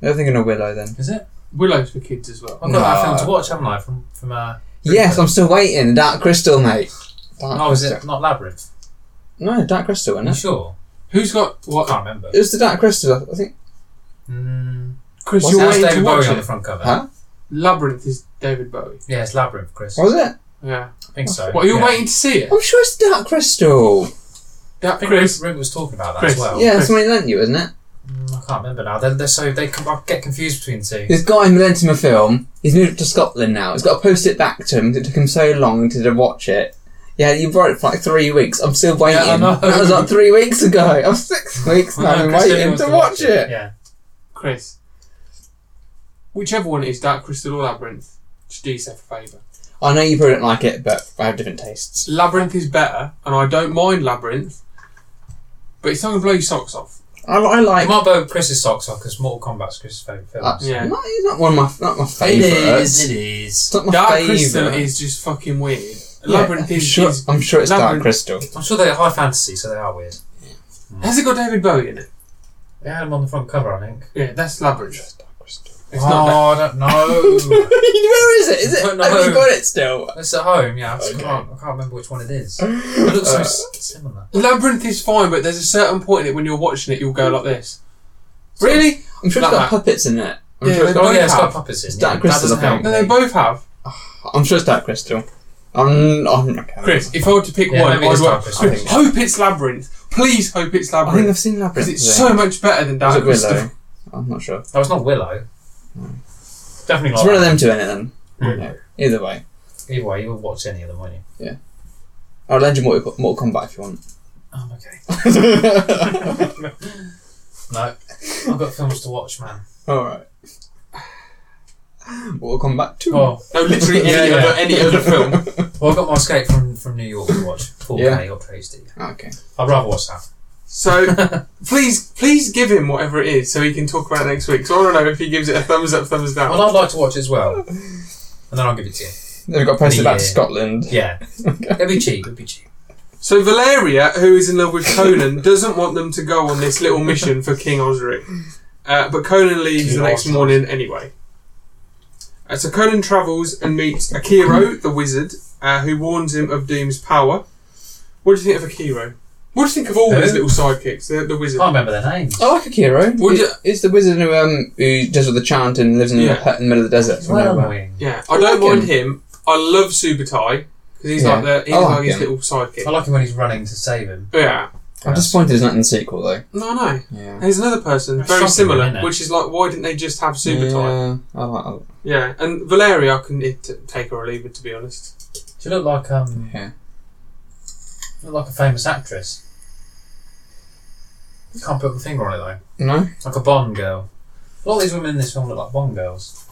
They're thinking of Willow then.
Is it?
Willow's for kids as well.
I've got that
No.
film to watch, haven't I? From from uh,
Yes, I'm still waiting. Dark Crystal, mate. Dark
Oh, is
Crystal.
it not Labyrinth?
No, Dark Crystal,
Are you
isn't it?
sure?
Who's got
I
what?
can't remember.
It was the Dark Crystal, I think.
Mm,
Chris,
What's
you're
that?
that's
waiting to
David
watch
Bowie on the
it.
front cover.
Huh?
Labyrinth is David Bowie.
Yeah, it's Labyrinth, Chris.
Was it?
Yeah.
I think so.
What, you're
yeah.
waiting to see it?
I'm sure it's Dark Crystal.
That
I think
Chris.
Ruben was talking about that
Chris.
as well.
yeah, somebody lent you, isn't it?
Mm, I can't remember now. They're, they're so they com- I get confused between the two.
This guy who lent him a film, he's moved to Scotland now. He's got to post it back to him. It took him so long to watch it. Yeah, you brought it for like three weeks. I'm still waiting.
I know.
That was like three weeks ago. I'm six weeks now.
I
I'm
know, Chris didn't
waiting
want
to watch it.
Yeah.
Chris. Whichever one it is, Dark Crystal or Labyrinth, just do yourself a favour.
I know you probably don't like it, but I have different tastes.
Labyrinth is better, and I don't mind Labyrinth, but it's not going to blow your socks off.
I, li- I
It
like.
might blow Chris's socks off because Mortal Kombat's Chris's favourite film.
Uh,
Yeah.
not, it's not one of my not my
It
favourites.
is. It
It's
is.
not my
Dark
favourite.
Crystal is just fucking weird.
Yeah,
Labyrinth
I'm
is,
sure,
is-
I'm sure it's Dark
Labyrinth-
Crystal.
I'm sure they're high fantasy, so they are weird.
Has it got David Bowie in it?
They had him on the front cover, I think.
Yeah, that's Labyrinth.
Dark Crystal.
It's
oh,
not that.
I don't know.
Where is it? Is it?
Don't
Have you
know.
got it still?
it's at home. Yeah, I, just
Okay.
can't, I can't remember which one it is. It looks so
Uh,
s- similar.
Labyrinth is fine, but there's a certain point in it when you're watching it, you'll go like this. Really?
I'm sure it's
Like
got
that.
puppets in it. I'm,
Yeah,
sure, it's
they
got,
Oh
both
yeah, it's got
have.
puppets in.
It's
Yeah,
Dark Crystal, I think.
No, they both have.
I'm sure it's Dark Crystal. I'm, I'm okay.
Chris, if I were to pick
Yeah,
one, I'd
maybe it's
want
Dark Crystal.
hope it's Labyrinth. Please hope it's
I think I've
Labyrinth.
seen Labyrinth.
Because it's
today.
so much better than
Was
Dark
it
Crystal.
Willow? I'm not sure.
Oh, it's not Willow. Definitely
Hmm.
Oh.
It's
not.
one of them two in it then.
Hmm.
Mm.
No, Either way.
Either way, you would watch any of them, won't you?
I'll lend you Mortal, Mortal Kombat if you want.
Oh, okay. No, I've got films to watch, man.
Alright. Mortal Kombat 2.
Oh,
No, literally any,
Yeah, yeah.
Other, any other film.
well, I've got my escape from, from New York to watch. Paul
Yeah.
Kane got praised it.
Okay.
I'd rather watch that.
So please, please give him whatever it is so he can talk about it next week. So I want to know if he gives it a thumbs up, thumbs down.
Well, I'd like to watch it as well, and then I'll give it to you.
Then we got posted back to
Yeah.
Scotland.
Yeah, it'd be cheap. It'd be cheap.
So Valeria, who is in love with Conan, doesn't want them to go on this little mission for King Osric. Uh, but Conan leaves
King
the next
Osric.
morning anyway. Uh, so Conan travels and meets Akiro, the wizard, uh, who warns him of Doom's power. What do you think of Akiro? What do you think of all
Who?
his little sidekicks? The, the wizard.
I can't remember their names.
I like Akiro.
Would
He-
you-
He's the wizard who, um, who does all the chant and lives in
Yeah.
a hut in the middle of the desert.
Well,
Whatever.
annoying.
Yeah, I
I
don't
like
mind
him.
him. I love Subutai because he's
Yeah,
like the he's
I
Oh,
like
like, his
him.
little sidekick.
I like him when he's running to save him.
yeah.
I'm disappointed it's not in the sequel though.
No, no.
Yeah.
There's another person
That's
very
shocking,
similar,
isn't it?
which is like, why didn't they just have Subutai?
Yeah, I like, I like-
Yeah, and Valeria, I couldn't it- t- take her or leave her to be honest.
She looked like um,
yeah.
looked like a famous actress. Can't put my finger on it though.
No?
Like a Bond girl. A lot of these women in this film look like Bond girls.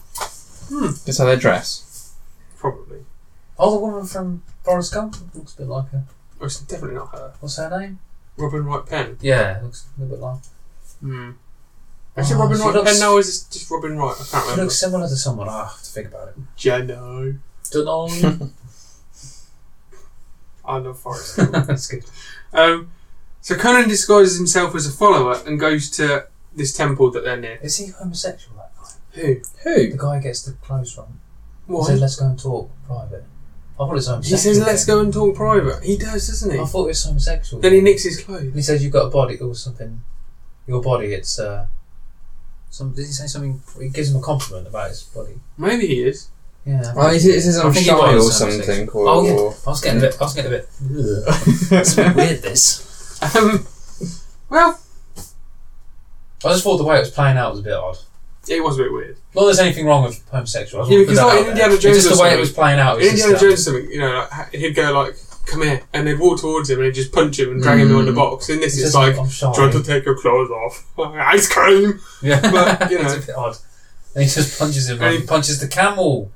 That's how they dress.
Probably.
Oh, the woman from Forrest Gump looks a bit like her.
Or it's Oh, definitely not her.
What's her name?
Robin Wright Penn.
Yeah, looks a little bit like.
Hmm. Actually,
Oh,
Robin
she
Wright
looks-
Penn now is just- just Robin Wright. I can't
She
remember.
looks similar to someone. Ah, I have to think about it.
Jeno.
Don't know.
I love Forrest.
That's good.
um, so Conan disguises himself as a follower and goes to this temple that they're near.
Is he homosexual? That guy.
Who?
Who?
The guy gets the clothes wrong. He said,
What?
"Let's go and talk private." I thought it was
He
homosexual.
says, "Let's
then.
go and talk private." He does, doesn't
I
he?
thought it was homosexual.
Then he nicks his clothes.
He says, "You've got a body or something. Your body. It's uh, some." Did he say something? He gives him a compliment about his body.
Maybe he is.
Yeah.
Oh, he says- he says
I
I'm
think he
shy
was
or
homosexual.
something. Or,
Oh yeah. I was getting a bit. I was getting a bit. Ugh. it's a bit weird. This.
Um, well,
I just thought the way it was playing out was a bit odd.
it was a bit weird.
Not that there's anything wrong with homosexual. I just
Yeah,
wanna put
because
that
like
out
in
there.
Indiana
It's
Jones or
just the way it
something.
was playing out. it was
In Indiana
just, um,
Jones, or something you know, like, he'd go like, "Come here," and they'd walk towards him and he'd just punch him and drag him
Mm.
on the box. And this is
It's just
like,
I'm shy.
trying to take your clothes off, ice cream.
Yeah,
But, you know.
it's a bit odd. And he just punches him.
And he-
he punches the camel.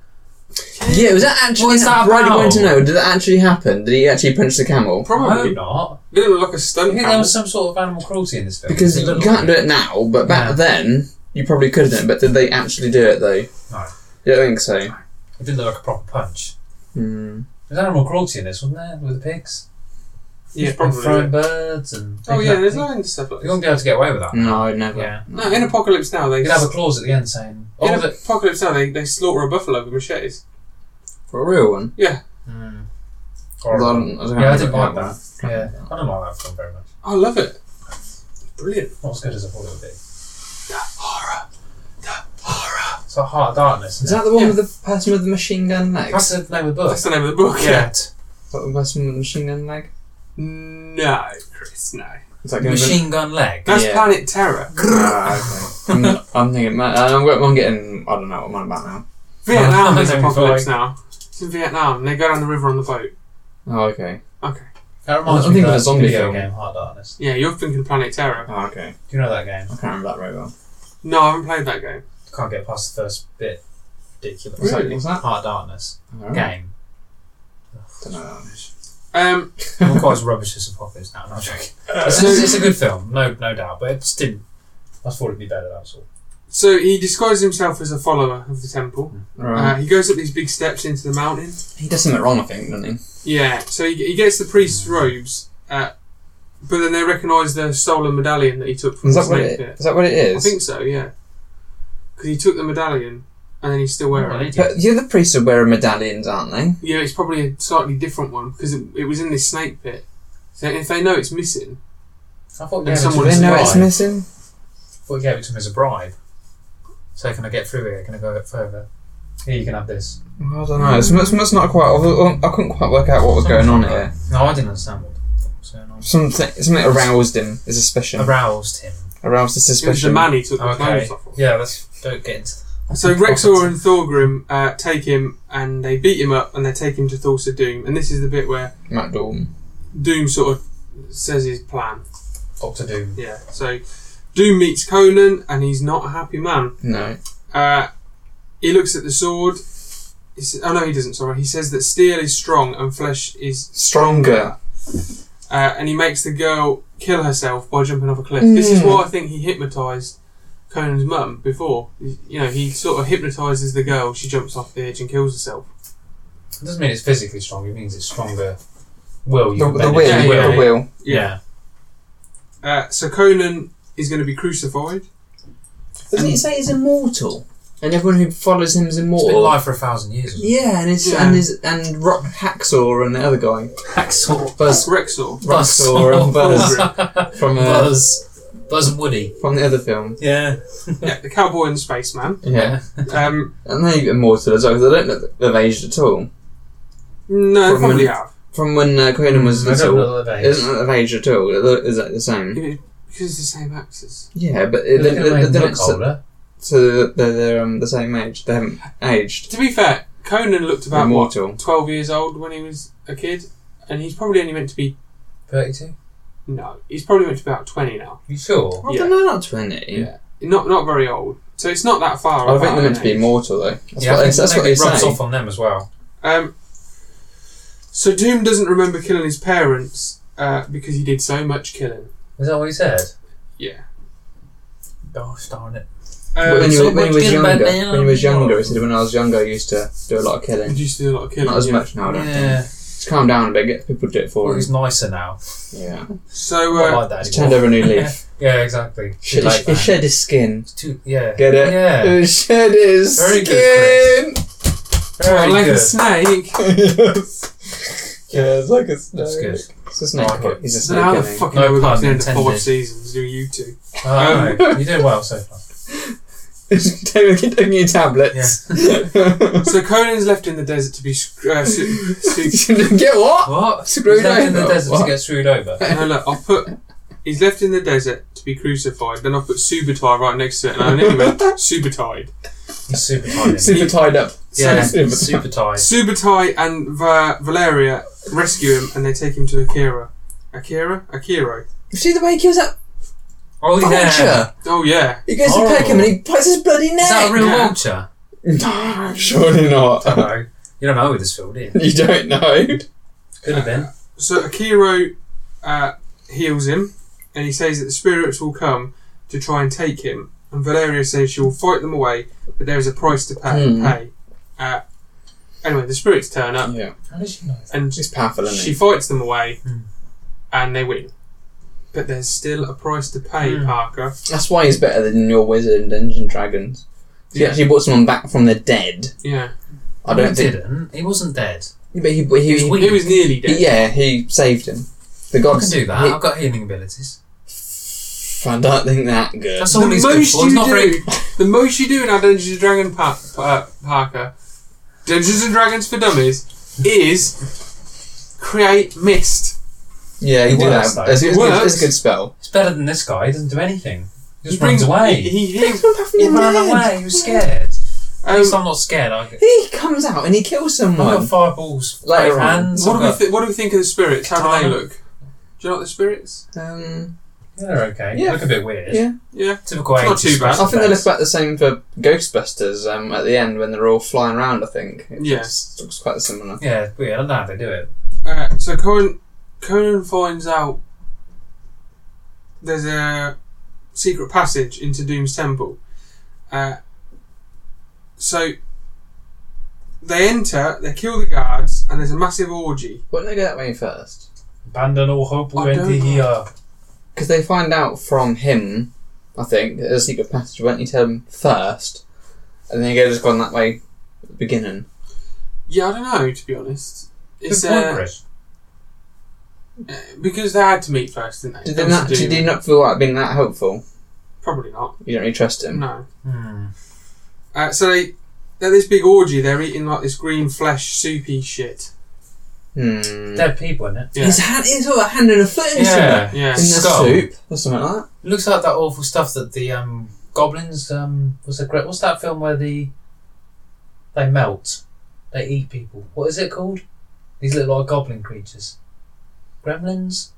Yeah, was that actually?
What is that
I really
about?
wanted to know. Did that actually happen? Did he actually punch the camel?
No,
Probably,
not.
it looked like a
I
stunt.
think
camel.
there was some sort of animal cruelty in this film.
Because
It
you
looked
can't do
like
it now, but back
No.
then you probably couldn't. But did they actually do it though?
No.
You don't think so?
It didn't look like a proper punch.
Hmm.
There's animal cruelty in this, wasn't there, with the pigs?
Yeah,
And
probably.
throwing
yeah.
birds and.
Oh
things
yeah,
like
there's
that.
loads of stuff like
You
this.
wouldn't be able to get away with that.
No, never.
Yeah.
No, in Apocalypse Now they
You could have a clause at the end saying, "Oh,
in
that."
Apocalypse Now they, they slaughter a buffalo with machetes.
For a real one.
Mm.
Although I
Horrible.
don't- I don't
Yeah, I
know
didn't
about
like that. Yeah, I don't like that film very much.
I love it. Brilliant.
Not as good as I thought it would be. The horror, the horror. It's a heart of darkness.
Is
Isn't
that
it?
the one
Yeah.
with the person with the machine gun
That's
legs?
the name of the book.
That's the name of the book.
Yeah.
What, the person with the machine gun leg?
No, Chris. No.
Is that gonna be-
Machine gun leg.
That's
Yeah.
Planet Terror.
Ah, okay. I'm, I'm thinking. man, I'm, I'm getting. I don't know what I'm on about now.
Vietnam is
Don't
Apocalypse
fly.
Now. It's in Vietnam. and They go down the river on the boat.
Oh, okay.
Okay.
That reminds
I'm
me of
thinking of
that
a zombie
video
film.
game, Heart Darkness.
Yeah, you're thinking Planet Terror.
Oh, okay.
Do you know that game?
I can't remember that very well.
No, I haven't played that game.
Can't get past the first bit. Ridiculous.
What's that-
Really?
what's that? Oh.
Heart Darkness
I don't know.
game.
Don't know that much.
Um,
I'm quite as rubbish as Apocalypse now. No, I'm joking. It's, it's, it's a good film, no, no doubt, but it just didn't. I thought it'd be better. That's all.
so he disguises himself as a follower of the temple.
Right.
Uh, he goes up these big steps into the mountain.
he does something wrong, I think, doesn't he?
Yeah, so he, he gets the priest's robes, uh, but then they recognise the stolen medallion that he took from
Is
the
that what
snake
it?
pit.
Is that what it
I
is?
think so, yeah. Because he took the medallion and then he's still wearing it.
But the other priests are wearing medallions, aren't they?
Yeah, it's probably a slightly different one because it, it was in this snake pit. So if they know it's missing,
I
And
thought we gave it to
someone-
him as
They
a
know it's
bribe.
missing.
I thought we gave it to him as a bribe. So can I get through here? Can I go a bit further? Here, you can have this.
Well, I don't know. It's, it's, it's not quite. oh, I couldn't quite work out what was going on here.
No, I didn't understand what was going on.
Something, something aroused him. The suspicion
Aroused him.
it was
aroused the
the
suspicion.
man he took the
Okay.
clothes off of.
Yeah, let's don't get into.
So Rexor and Thorgrim uh, take him and they beat him up and they take him to Thulsa Doom. And this is the bit where
Matt Dorm.
Doom sort of says his plan.
Doctor Doom.
Yeah, so Doom meets Conan and he's not a happy man.
No.
Uh, he looks at the sword. He sa oh no, he doesn't. Sorry, he says that steel is strong and flesh is,
Stronger.
uh, and he makes the girl kill herself by jumping off a cliff. This is
Mm.
why I think he hypnotized Conan's mum before. Y- You know, he sort of hypnotizes the girl. She jumps off the edge and kills herself.
It doesn't mean it's physically strong. It means it's stronger. Will you?
The,
can
the
bend
will.
it.
Yeah, yeah,
the will.
Yeah.
Uh, so Conan is going to be crucified.
Doesn't he say he's immortal? And everyone who follows him is
It's been
immortal.
live for a thousand years. isn't it?
Yeah, and his
Yeah.
and his and Rock Hacksaw and the other guy,
Hacksaw.
Buzz
Rexor.
Rocksaw and Buzz from uh,
Buzz. Buzz and Woody.
from the other film.
Yeah.
yeah, the cowboy and spaceman.
Yeah,
Um,
and they immortal as well because they don't look they've aged at all.
no,
From
probably
when-
have
From when uh, Conan was
Hmm, I don't
little,
know that
isn't that they've aged at all? Is that the same?
because it's the same actors.
Yeah, but it, they, they, they don't. So,
older.
so they're, they're um, the same age. They haven't aged.
To be fair, Conan looked about what
Immortal.
12 years old when he was a kid, and he's probably only meant to be.
Thirty-two.
No, he's probably meant to be about 20 now.
You sure?
I don't know, not twenty.
Not not very old. So it's not that far.
I
apart
think they're meant
in
to be
age.
immortal though. That's
yeah. I
what,
think
that's, that's what
maybe
they
it rubs
say.
off on them as well.
Um, so Doom doesn't remember killing his parents uh, because he did so much killing.
Is that what he said?
Yeah.
Gosh darn it.
Um,
When, he
so
was- when he
much
was
good about
younger,
being
when he was
immortal.
younger, he said when I was younger, I used to do a lot of killing.
he used to do a lot of killing.
Not as
yeah.
much now, I don't think.
Yeah.
Just calm down a bit, get people to do it
Well,
for
he's
him.
nicer now.
Yeah.
So
Not
uh,
like that
He's
anymore.
turned over a new leaf.
Yeah, exactly.
Sh-
Like
he
that.
shed his skin.
It's too, yeah.
Get it?
Yeah.
He shed his
Very
skin!
good, Very
like
good.
a snake.
yes. Yeah, it's like a snake.
That's good.
It's a snake.
Like it.
He's a
So
snake.
now the
isn't he?
fucking
No
no we've got to the
pun
end of
intended.
five seasons, do you two?
Oh,
Um,
no, you did well so far.
Take take your tablets.
So Conan's left in the desert to be sc- uh, su- su-
get what?
What?
Screwed
He's left in the
over,
desert
what?
to get screwed over.
No, look, I've put. He's left in the desert to be crucified. Then I've put Subutai right next to it, and I nearly went Subutai.
He's super tied. in.
Super tied up.
Yeah,
Super-
super tied.
Subutai and Va- Valeria rescue him, and they take him to Akira. Akira? Akiro.
You see the way he kills that
Oh yeah.
vulture?
Oh yeah.
He goes to peck him and he bites his bloody neck.
Is that a real
Yeah.
vulture?
No, surely not.
I don't know. You don't know with this film, do you?
You don't know.
Could have been.
So Akiro uh, heals him, and he says that the spirits will come to try and take him. And Valeria says she will fight them away, but there is a price to pay.
Hmm.
pay. Uh, anyway, the spirits turn up,
Yeah,
How did she know?
and
he's powerful, isn't
She
he?
fights them away,
Hmm.
and they win. But there's still a price to pay,
Hmm.
Parker.
That's why he's better than your wizard in Dungeons and Dragons. He
Yeah.
actually brought someone back from the dead.
Yeah,
I don't
he
think.
didn't. He wasn't dead.
But he, but he,
He was
he,
weak.
he was nearly dead.
yeah, he saved him. The
I can
gods
do that.
he-
I've got healing abilities.
I don't think that good.
That's
The
all he's good
most
for. He's
you
not
do,
very.
the most you do in our Dungeons and Dragons pa- pa- Parker, Dungeons and Dragons for Dummies, is create mist.
yeah, you
It
do
works,
that.
though.
It's, a- it's a good-
Works.
it's a good spell.
It's better than this guy. He doesn't do anything. He just
He brings-
runs away.
He, he heals.
He ran away. He was scared.
Um,
At least I'm not scared. I, I've
He comes out and he kills
got
someone.
fireballs,
Later
five
on.
hands.
what,
I've
do we
got-
th- what do we think of the spirits? How do they
Katana.
look? Do you like the spirits?
Um,
Yeah, they're okay.
Yeah.
They look a bit weird.
Yeah.
Yeah.
Typical
It's not
80s
too bad.
I
special
think they look
effects.
about the same for Ghostbusters um, at the end when they're all flying around. I think it
Yeah.
looks, looks quite similar.
Yeah, it's weird. I don't know how they do it.
Uh, so Conan, Conan finds out there's a secret passage into Doom's Temple. Uh, so they enter, they kill the guards, and there's a massive orgy.
Wouldn't they go that way first?
Abandon all hope, we
I
enter
don't know.
here.
Because they find out from him, I think, that there's a secret passage. Won't you tell him first, and then you go just gone that way at the beginning.
Yeah, I don't know to be honest.
Good
It's
point,
uh,
Chris.
uh, because they had to meet first, didn't they?
Did,
That
they
was
not,
the
did
Doom.
you not feel like being that helpful?
Probably not.
You don't really trust him.
No.
Hmm.
Uh, so they at this big orgy, they're eating like this green flesh soupy shit.
Hmm.
Dead people in it.
Yeah.
His hand, he's got a hand and a foot in
Yeah.
something.
Yeah.
In the
Skull.
soup or something like that.
Looks like that awful stuff that the um, goblins um, was a great. What's that film where the they melt, they eat people? What is it called? These little like goblin creatures, gremlins,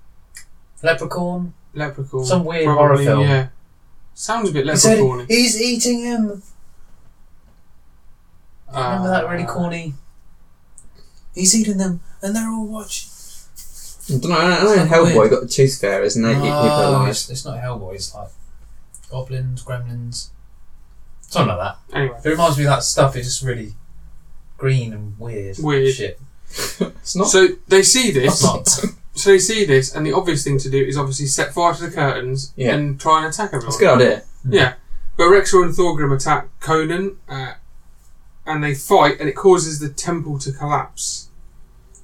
leprechaun.
Leprechaun.
Some weird horror film.
Yeah. Sounds a bit
He said
leprechaun.
he's eating him.
Ah.
Remember that really corny? He's eating them, and they're all watching.
I don't know. I don't know. Hellboy got the tooth fairies and they eat people
Oh,
alive.
it's, it's not Hellboy. It's like goblins, gremlins, something like that.
Uh, Anyway,
It reminds me of that stuff. It's just really green and weird.
Weird.
shit.
It's not.
so they see
It's
this.
not.
So they see this, and the obvious thing to do is obviously set fire to the curtains
Yeah.
and try and attack everyone.
It's a good idea.
But Rexor and Thorgrim attack Conan, uh, and they fight, and it causes the temple to collapse.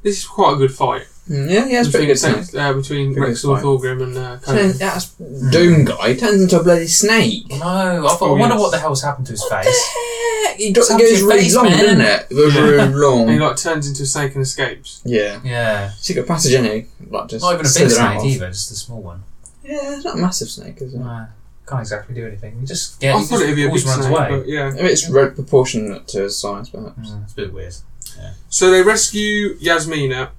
This is quite a good fight.
Mm, Yeah, yeah, it's
between,
pretty good snake.
Uh, between
Pretty good
Rexor,
fight.
Thorgrim, and uh, Conan.
Hmm.
Turns, that's Doom guy turns into a bloody snake.
no, I, thought,
Oh,
I wonder
yes.
what the hell's happened to his face.
Yeah, he does,
It's up to
goes
your
really
face,
long,
man.
doesn't it? Goes
Yeah.
really
And he
long.
like turns into a snake and escapes.
Yeah,
Yeah,
secret passage, any like just
not even a big
slither out
snake
of.
either. Just a small one.
Yeah, it's not a massive snake, is it?
Nah, can't exactly do anything. He just yeah,
I
he
thought
just
it'd be a big
always runs
snake,
away.
but yeah.
Maybe it's red proportionate to his size, perhaps.
Mm, it's a bit weird.
So they rescue Yasmina,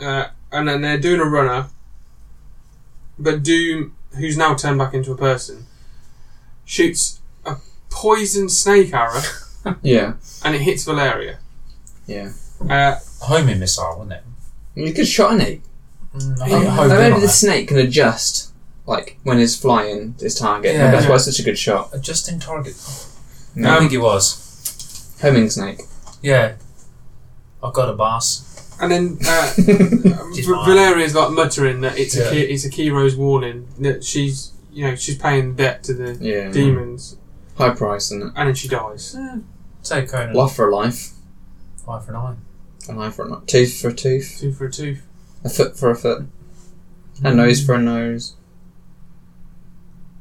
uh, and then they're doing a runner. But Doom, who's now turned back into a person, shoots a poison snake arrow,
Yeah,
and it hits Valeria.
yeah.
Uh,
A homing missile, wasn't it?
You could shot any.
Mm, I
Yeah.
hope- I
Now,
hope they're
maybe
not
the snake can adjust, like when it's flying his target.
Yeah.
Maybe that's why it's such a good shot.
that. Adjusting target.
No.
I
Um,
think it was.
Homing snake.
Yeah, I've got a boss.
and then uh,
She's
V-
fine.
Valeria's like muttering that it's
Yeah.
a key, it's a Kiro's warning that she's you know she's paying debt to the
Yeah.
Mm.
demons,
High price and
and then she dies.
Take Conan.
life for a life,
Eye for an eye.
an eye for an eye, tooth for a tooth.
Two for a tooth.
A foot for a foot.
Hmm.
A nose for a nose.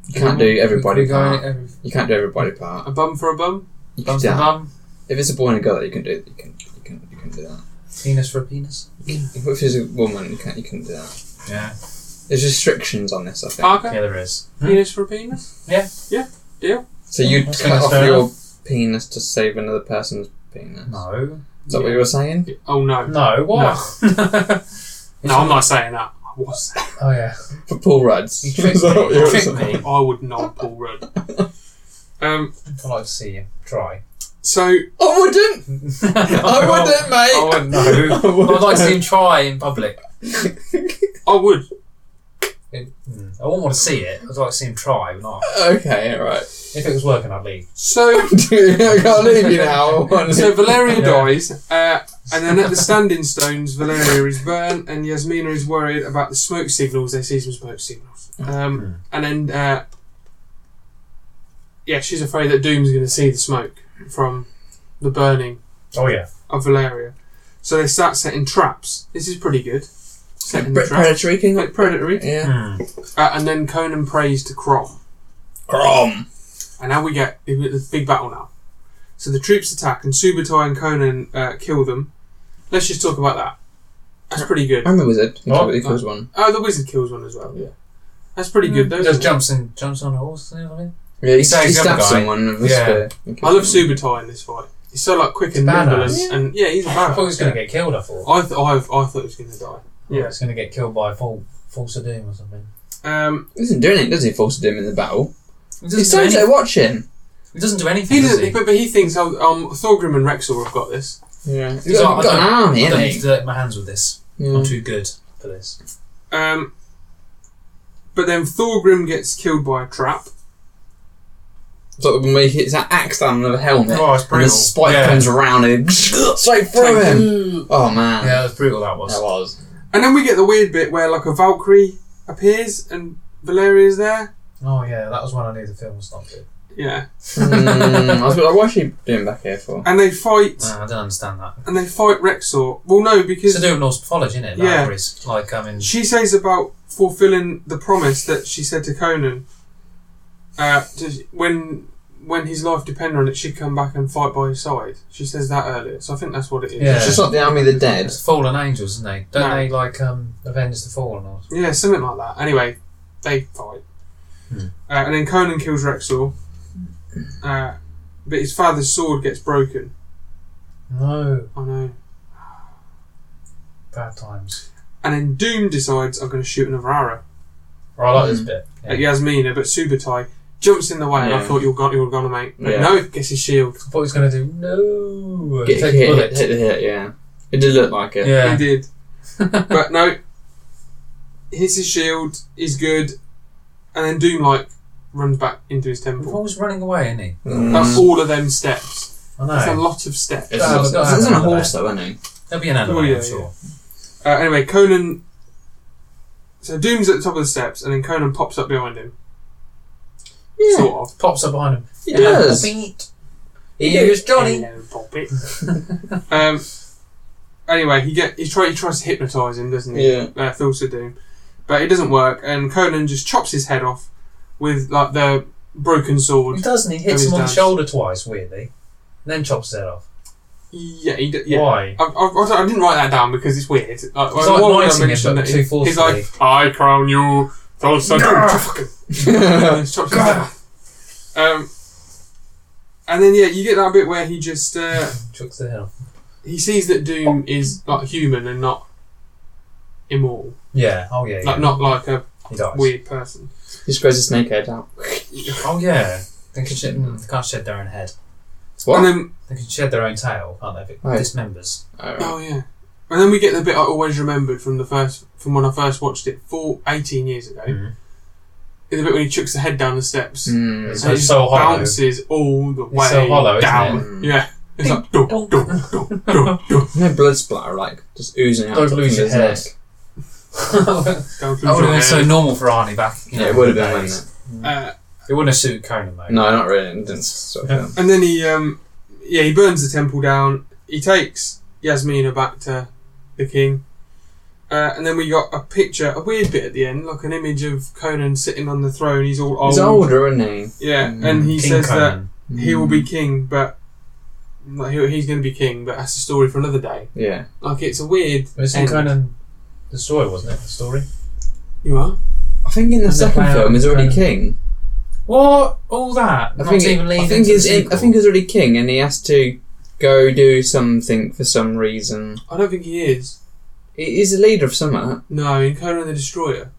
You can't do everybody
Could we go
part.
every-
You can't do everybody part.
A bum for a bum.
You can
Bum
do
for
that.
bum.
If it's a boy and a girl, you can do you can you can you can do that.
Penis for a penis.
If it's a woman, you can't you can do that.
Yeah.
There's restrictions on this, I think.
Parker.
Yeah, there is.
Penis for a penis.
so you'd
That's
cut
kinda
off
fair
your penis to save another person's penis.
No.
Is that what you were saying?
Oh no.
No, what?
No, I'm not saying that. I was. saying-
Oh, yeah.
For Paul Rudd's.
You tricked
Is that
me.
what you
You
were
tricked
saying?
me.
I would not Paul Rudd. Um,
I'd like to see you try.
so
I wouldn't. I wouldn't, mate.
I wouldn't, no.
I wouldn't.
I'd like to see him try in public.
I would.
Mm. I wouldn't want to see it. I'd like to see him try, but not.
Okay, all right.
If it was working, I'd leave.
So
I can't leave you now.
so Valeria
Yeah.
dies, uh, and then at the standing stones, Valeria is burned, and Yasmina is worried about the smoke signals. They see some smoke signals,
Hmm.
um, and then uh, yeah, she's afraid that Doom's going to see the smoke from the burning
Oh, yeah.
of Valeria. So they start setting traps. This is pretty good. Setting
Pre-
traps,
predatory king.
like predatory.
Yeah.
Hmm.
Uh, and then Conan prays to Crom.
Crom.
And now we get the- the big battle now. So the troops attack, and Subutai and Conan uh, kill them. Let's just talk about that. That's pretty good.
I'm a wizard. He
Oh,
oh,
no.
kills one.
Oh, the wizard kills one as well.
Yeah.
That's pretty good, though.
Just
isn't it?
jumps and jumps on a horse and everything.
Yeah, he,
He saves
he
the other
stabs
guy.
someone with a
Yeah.
spear. and
I
kills
love
him.
Subutai in this fight. He's so like quick
a
and nimble,
badass.
and, and yeah, he's a
I thought he
badass.
was going
yeah.
to get killed, I thought.
I, th- I, I thought he was going to die.
He was going to get killed by a full False of Doom or something.
Um,
He doesn't do anything, does he? False Doom in the battle.
It doesn't,
It's
do, any-
Sansa watching.
it doesn't do anything.
he
does
doesn't, but but he thinks oh, um, Thorgrim and Rexor have got this.
Yeah,
He's
he's got,
like,
got an
I
army,
I don't
hasn't
need
he?
to direct my hands with this.
Yeah.
I'm too good for this.
Um, but then Thorgrim gets killed by a trap.
So when we- it's that axe down with a helmet,
Oh, it's
and
brutal.
the spike
yeah.
comes around and straight through him. Oh man,
Yeah, that's brutal. That was.
that was.
And then we get the weird bit where like a Valkyrie appears and Valeria's there.
Oh yeah, that was when I knew the film was not good.
Yeah.
Mm, I was like, what's she doing back here for?
And they fight
No, I don't understand that.
and they fight Rexor. Well no,
It's to
because
do with Norse mythology, isn't it?
Yeah.
Libraries. Like, um, I mean,
she says about fulfilling the promise that she said to Conan. Uh, to, when when his life depended on it, she'd come back and fight by his side. She says that earlier, so I think that's what it is.
Yeah.
It's just like the army of the dead.
it's fallen angels, isn't they? Don't
No.
they like um, avenge the fallen? Or
Yeah, something like that. Anyway, they fight.
Hmm.
Uh, and then Conan kills Rexor. Uh, but his father's sword gets broken.
no,
I know.
bad times.
And then Doom decides I'm going to shoot another arrow
Or I like this
Mm.
bit. Yeah.
at Yasmina, but Subutai jumps in the way, and I
Yeah.
thought you were gone, you were gonna mate. But
Yeah.
no, gets his shield.
I thought he was going to do no.
Get
take
hit,
a
hit,
bullet.
hit, the hit, yeah. It did look like it.
He
Yeah.
did, but no, hits his shield. He's good, and then Doom like runs back into his
We're
temple.
always running away, isn't he?
Mm.
That's all of them steps.
I
That's a
know.
lot of steps.
It's,
Oh,
not-
we've got
it's, it's in a
another
horse though, isn't it?
There'll be an anime,
Oh, yeah,
I'm sure.
Uh, anyway, Conan. So Doom's at the top of the steps, and then Conan pops up behind him, sort of.
Pops up behind him.
He does.
Here's Johnny.
Hello, Poppy. um. Anyway, he get he, try, he tries to hypnotise him, doesn't he?
Yeah.
Uh, Phil Sadoon, but it doesn't work, and Conan just chops his head off with like the broken sword.
He doesn't. He hits
Who's
him on the
does?
shoulder twice, weirdly. And then chops his head off.
Yeah, he d- yeah.
Why?
I, I, I don't- I didn't write that down because it's weird. Like,
He's
why
like
would I
knighting him,
mention
but
that
too
he- He's
forcefully.
like, I crown you, Phil Sadoon.
Yeah.
It's chopped off. Um, and then yeah, you get that bit where he just uh,
Chucks the head off.
he sees that Doom is like human and not immortal,
Yeah. Oh yeah. yeah.
like not like a
He dies.
weird person.
he spreads his snake head out.
Oh yeah. They can shed. mm, They can't shed their own head.
What?
And then
They can shed their own tail, can't they? If it
Right.
dismembers.
Alright.
oh yeah, and then we get the bit I always remembered from the first from when I first watched it four, 18 years ago.
Mhm.
The bit when he chucks the head down the steps.
Mm.
It's
and it
so
just
hollow.
bounces all the way
It's so hollow, isn't Mm.
down.
it?
Yeah, it's like dum, dum, dum, dum, dum.
No blood splatter, like just oozing out.
Don't
from
lose your
his
head.
neck.
that
Down through
would have
your
been so
head.
normal for Arnie back. You know,
Yeah, it would have been,
days.
wouldn't it?
Uh,
It wouldn't have suited Conan though.
No, not really. It didn't sort of
And then he, um, yeah, he burns the temple down. He takes Yasmina back to the king. Uh, and then we got a picture, a weird bit at the end, like an image of Conan sitting on the throne. He's all old.
Oh.
He's older, isn't
Yeah,
Mm,
and he
King
says
Conan.
he?
that he will
Mm, Hmm.
be king, but like, he- he's going to be king, but that's a story for another day.
Yeah.
Like, it's a weird.
It was in
end.
Conan the story, wasn't it? The story.
You are?
I think in the
And the
second
clown
film he's
kind
already
of-
king.
What? All that?
I
Not
think,
even
it-
leading
I think
to the
he's in, I
sequel?
think he's already king, and he has to go do something for some reason.
I don't think he is.
He- He's the leader of summer.
No, in Conan the Destroyer.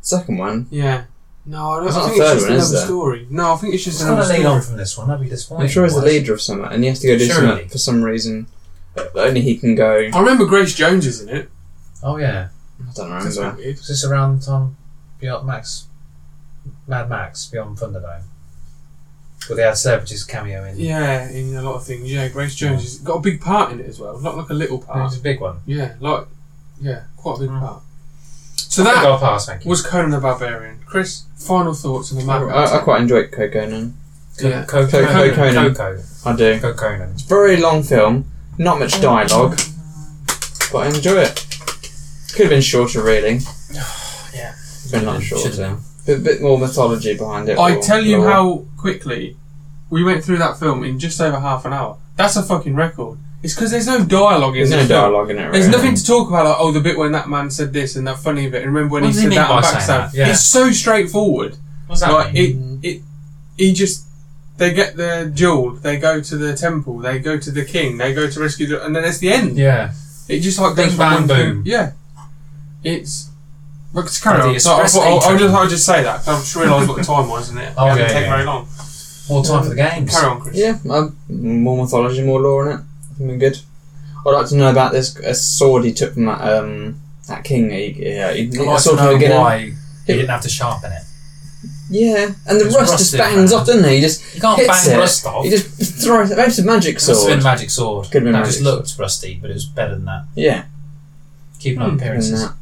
Second one.
Yeah. No, I don't
That's
I
not
think
a
it's
third
just
one, is
another
there?
story. No, I think it's just
It's going
another
to
story.
lead on from this one. That'd be disappointing.
I'm sure he's the
otherwise.
leader of summer, and he has to go do
Surely.
something for some reason. But only he can go. I
I remember Grace Jones is in it.
Oh yeah.
don't
That's a bit
remember.
weird.
Was this around Tom Beyond Max, Mad Max Beyond Thunderdome? Where they had Savage's cameo in.
Yeah, in a lot of things. Yeah, Grace Jones has got a big part in it as well, not like a little
It
part.
was a big one.
Yeah, like yeah, quite
Hmm.
a big
Mm.
part. So
Ah!
I think
that
I'll pass, thank you.
was Conan the Barbarian. Chris, final thoughts on the
I,
map?
I, I quite enjoyed Kokonan.
yeah.
Co-
Co-
Conan.
Conan.
Coco.
I do.
Co- Conan.
Very long film, not much dialogue, but I enjoy it. Could have been shorter, really.
Yeah.
Could have been a lot
Should've
shorter.
been.
A bit more mythology behind it.
I
or
tell you
lore.
how quickly we went through that film in just over half an hour. That's a fucking record. It's because there's no dialogue in
There's no
this film.
dialogue in it, really.
There's nothing to talk about. Like, oh, the bit when that man said this and that funny bit, and remember when
What
he
does he
said
mean
that on
by saying
Backstab.
that? Yeah.
It's so straightforward.
What's that
Like
mean?
it,
Mm.
it, he just they get the jewel, they go to the temple, they go to the king, they go to rescue, the, and then it's the end.
Yeah.
It just like
Bing,
goes from
bang,
one thing-
boom.
Yeah, it's Look, it's kind
The
of. So I
express
thought, I'll, I'll,
entry.
just, I'll just say that 'cause I've just realised what the time was, isn't it?
Oh,
it didn't
yeah,
take
yeah.
very long.
More time for the games.
Carry on, Chris.
Yeah, um, more mythology, more lore in it. I think we're good. I'd like to know about this a sword he took from that um that king. He, yeah, he,
I'd
a
like to
sword from the
know
beginning.
why he didn't have to sharpen it.
Yeah, and the
It's
rust just
rusted,
bangs
man.
off, doesn't he? He just
You can't
hits
bang
it.
rust off.
He just throws. Maybe it's a magic
It must have
sword.
been a magic sword.
Could've been
that
magic
just
sword.
looked rusty, but it was better than that.
yeah.
Keeping up
Hmm.
appearances.
and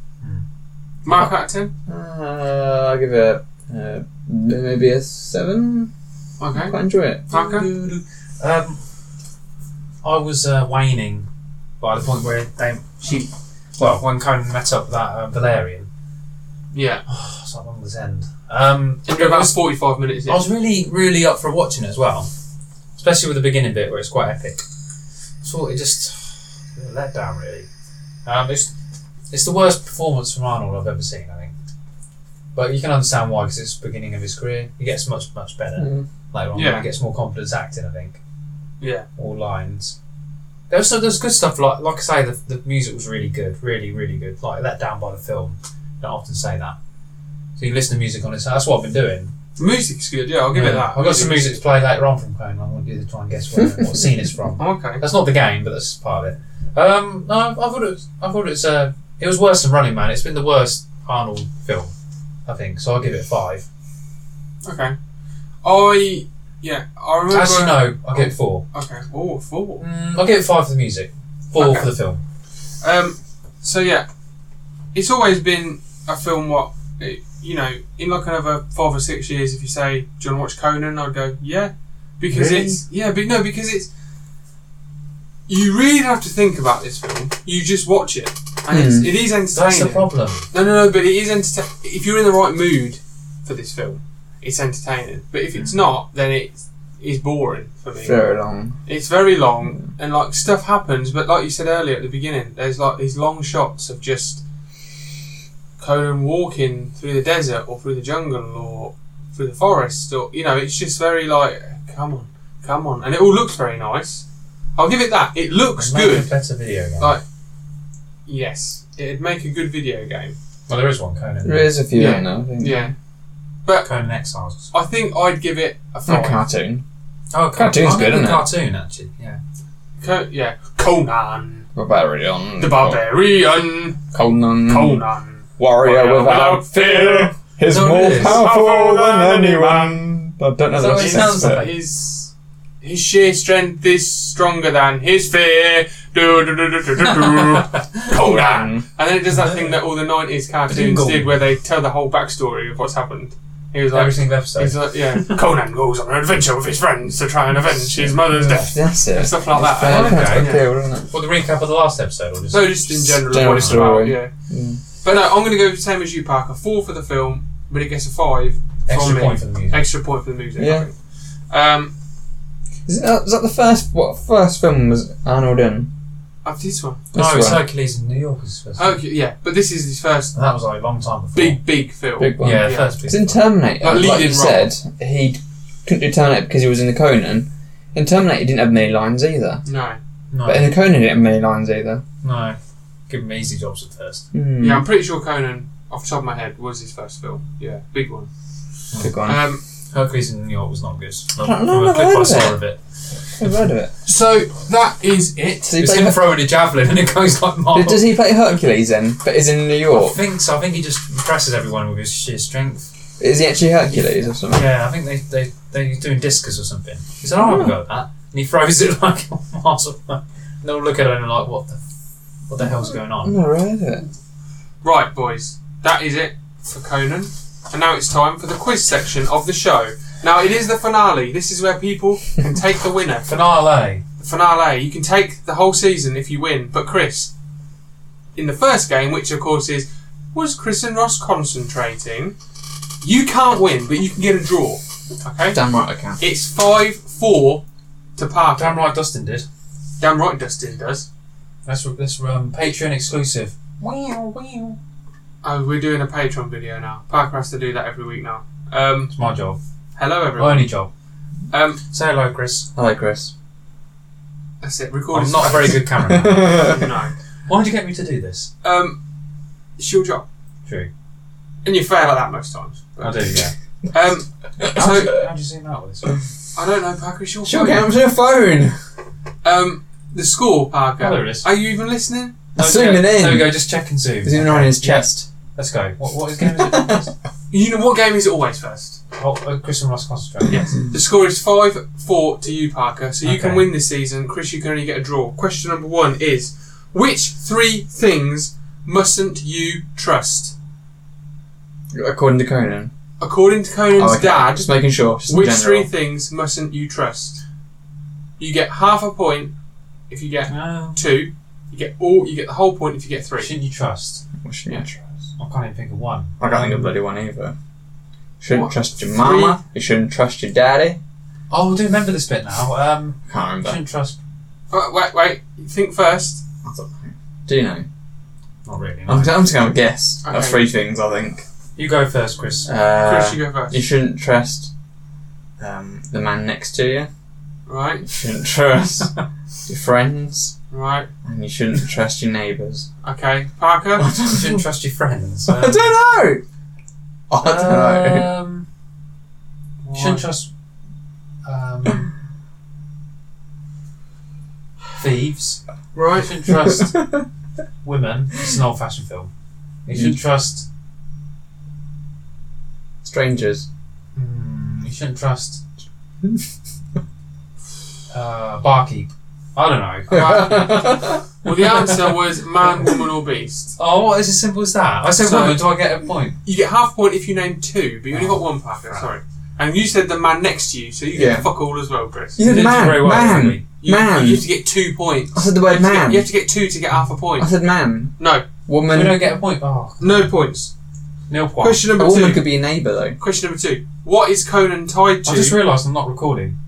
Mark out of 10.
that. Uh, I'll give it uh, maybe a seven. I
Okay.
quite enjoy it.
Okay.
Um, I was uh, waning by the point where they she well when Conan met up with that uh, Valerian.
Yeah.
Oh, it's not long this end. Um,
After about 45 minutes in.
I was really really up for watching it as well, especially with the beginning bit where it's quite epic. So it just a let down really. Um, it's it's the worst performance from Arnold I've ever seen. I think. But you can understand why, because it's the beginning of his career. He gets much, much better
Mm.
later on.
Yeah.
He gets more confidence acting, I think
Yeah.
all lines. There was, some- there was good stuff, like like I say, the, the music was really good, really, really good. Like let down by the film. Don't often say that. So you listen to music on it. So that's what I've been doing.
The music's good, yeah, I'll give it that.
I've got some music to play later on from Conan. I'm going to do the try and guess where, what scene it's from.
Oh, okay.
That's not the game, but that's part of it. Um, no, I, I thought it. was- I thought it's. Uh, it was worse than Running Man. It's been the worst Arnold film, I think. So I'll give it a five.
Okay. I. Yeah, I remember.
Actually, no, I'll give it four.
Okay. Oh, four.
Mm, I'll give it five for the music, four
Okay.
for the film.
Um, so yeah, it's always been a film. What it- you know, in like another five or six years, if you say, "Do you want to watch Conan?" I'd go, "Yeah," because
Really?
it's yeah, but no, because it's you really don't have to think about this film. You just watch it, and it's,
Hmm.
it is entertaining.
That's the problem.
No, no, no. But it is entertaining. If you're in the right mood for this film, it's entertaining. But if it's not, then it's is boring for me.
Very long.
It's very long, and like stuff happens, but like you said earlier at the beginning, there's like these long shots of just Conan walking through the desert or through the jungle or through the forest, or you know, it's just very like, come on, come on, and it all looks very nice. I'll give it that. It looks
Make a
good.
better video game.
Like- Yes, it'd make a good video game.
Well, there is one, Conan.
There is a few
Yeah.
in there. I think.
Yeah,
Conan Exiles.
I think I'd give it a
Not
five.
a cartoon.
Oh,
Cartoon's good, isn't it?
Cartoon, actually, yeah.
Co- yeah, Conan
We're Barbarian.
the Barbarian.
Conan.
Conan.
Warrior
Warrior
without
without fear.
fear is
Is that what
more
it is?
Powerful
powerful
than
than anyone. I don't know
Is that
the rest
what
of
it
the
sounds
sentence,
like?
but-
His his sheer strength is stronger than his fear. Do, do, do, do, do, do, do. Conan.
Mm.
And then it does that thing that all the nineties cartoons
Jingle.
did, where they tell the whole backstory of what's happened. He was
Every
like,
single episode.
he's like yeah. Conan goes on an adventure with his friends to try and avenge his mother's death
That's it.
and stuff like that.
fair.
And
That's
Okay,
okay, isn't it?
Well, the recap of the last episode, or just...
So just in general,
General
what it's about,
story.
yeah.
Mm.
But no, I'm going to go the same as you, Parker. Four for the film, but it gets a five.
extra
from me.
point for the music.
Extra point for the music. I
Yeah.
think. Um,
Is that, is that the first what first film was Arnold in?
after this one.
no, it's
This one.
Hercules in New York is first.
Okay, yeah, but this is his first
And that was like a long time before.
big, big film.
big one.
Yeah,
Yeah.
first big.
It's in Terminator.
Like
Like,
leading
you
role.
said, he couldn't do Terminator because he was in the Conan. In Terminator, he didn't have many lines either.
No.
no,
But in the Conan, he didn't have many lines either.
no. Give him easy jobs at first.
Mm.
Yeah, I'm pretty sure Conan, off the top of my head, was his first film. Yeah, big one.
Big one.
Um,
Hercules in New York was not good. Not
don't know,
from a
I've
clip
heard
I
of
saw
it.
of it.
I've heard of it.
so that is it.
Does he,
It's
play,
him throwing a javelin and it goes like
Her-
Marvel.
does he play Hercules then? But is in New
I
York.
think so. I think he just impresses everyone with his sheer strength.
Is he actually Hercules or something?
Yeah, I think they, they, they're doing discus or something. He said, oh, I've
Hmm.
got that. And he throws it like miles away. And they'll look at it and like, what the, what the hell's going
I've
on?
never heard of it.
Right, boys, that is it for Conan. And now it's time for the quiz section of the show. Now, it is the finale. This is where people can take the winner.
Finale.
The finale, you can take the whole season if you win. But, Chris, in the first game, which of course is Was Chris and Ross concentrating? You can't win, but you can get a draw. Okay?
Damn right I can.
It's 5 4 to Parker.
Damn right Dustin did.
Damn right Dustin does.
That's that's um, Patreon exclusive. Wow, wow.
Oh, we're doing a Patreon video now. Parker has to do that every week now. Um,
It's my job.
hello
My
everyone.
only job.
Um,
Say hello, Chris.
Hello, Chris.
that's it. Recording.
I'm not a very good cameraman.
no.
Why did you get me to do this?
Um, it's your job.
True.
and you fail at that most times.
I do, yeah.
Um,
How do
so
you, how do you zoom out with this one?
I don't know, Parker. It's your
Sure,
phone.
I'm your phone.
Um, the score, Parker.
Oh, there it is.
Are you even listening?
Zoom it in.
There we go, just check and zoom.
Zoom in on his chest.
Let's go. What, what is game is it?
You know what game is it always first?
oh, uh, Chris and Ross concentrate.
Yes. The score is five four to you, Parker. So you can
Okay.
win this season. Chris, you can only get a draw. Question number one is: Which three things mustn't you trust?
According to Conan.
According to Conan's
Oh, okay.
dad,
Just making sure. Just in
which
general.
three things mustn't you trust? You get half a point if you get
No.
two. You get all. You get the whole point if you get three.
Um, Shouldn't you trust?
Well, shouldn't you trust?
I can't even think of one. Um,
I can't think of bloody one either. Shouldn't
What?
trust your mama. You shouldn't trust your daddy.
Oh, I do remember this bit now. Um,
Can't remember.
shouldn't trust.
Uh, wait, wait. Think first.
I don't know. Do you know?
Not really.
I'm,
No.
I'm just gonna guess. That's
Okay.
three things I think.
You go first, Chris.
Uh,
Chris, you go first.
You shouldn't trust um, the man next to you.
Right.
You shouldn't trust your friends,
Right.
and you shouldn't trust your neighbours.
Okay. Parker.
I
You shouldn't
don't
trust your friends.
I don't know. I don't know.
Um, you shouldn't trust um, thieves. You
Right.
shouldn't trust
Uh,
women. It's an old-fashioned film.
Mm.
You shouldn't trust.
Strangers.
Mm, you shouldn't trust. Uh, barkeep. I don't know.
Well, the answer was man, woman, or beast.
Oh, what is as simple as that? I said
So-
woman. Do I get a point?
You get half point if you name two, but you only got one, Parker.
Right.
Sorry. And you said the man next to you, so you get
Yeah.
fuck all as well, Chris.
You said
did
man.
very well,
man.
really.
You,
Man.
you have to get two points.
I said the word
You have to get-
man.
you have to get two to get half a point.
I said man.
No,
So we
Woman.
don't get a point. Oh,
no points.
nil point.
Question
A
number
woman
two.
could be a neighbour though.
Question number two. What is Conan tied to?
I just realised I'm not recording.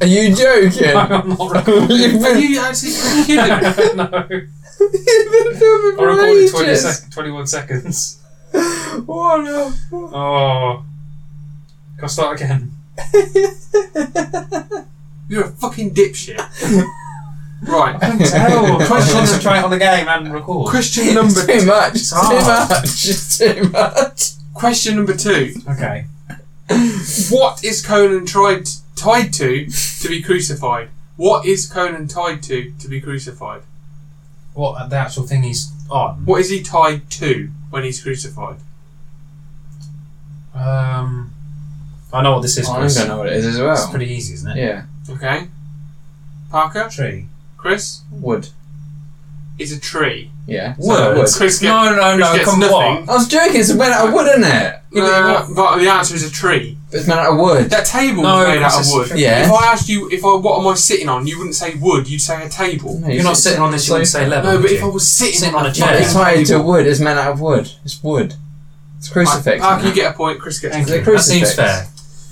Are you joking?
I'm not recording.
You've
Are
been,
you actually kidding?
no,
me?
I
you've been filming for
recorded 20
ages.
sec- 21 seconds.
What a-
Oh, can I start again?
You're a fucking dipshit. right.
I can tell. I'm trying Oh, to
Question-
concentrate on the game and record.
Question number
It's too much. It's too
hard.
much. It's too much.
question number two.
Okay.
What is Conan tried tied to to be crucified? What is Conan tied to to be crucified?
What the actual thing he's on?
What is he tied to when he's crucified?
Um, I know what this is. Oh.
I
Chris.
don't know what it is as well.
It's pretty easy, isn't it?
yeah,
Okay. Parker,
Tree.
Chris
wood.
is a tree.
Yeah, so
Words.
wood.
Chris gets-
no, no,
Chris
no.
gets
Come
nothing.
on.
I was joking. It's made out of wood, isn't it?
Uh, but the answer is a tree.
It's made out of wood.
That table
No,
was made out
Chris
of
is
wood.
a tree.
Yeah.
If I asked you, if I what am I sitting on, you wouldn't say wood. You'd say a table.
No,
You're not sitting on this. You wouldn't say level.
No, but
would
if I
you?
was sitting,
Sitting
on
on
a
a chair.
fucking
It's tied to
table-
wood. It's made out of wood. It's wood. It's crucifix.
Parker,
isn't
you
it?
get a point. Chris gets. a
Thank
point.
you. That
Crucifix.
seems fair.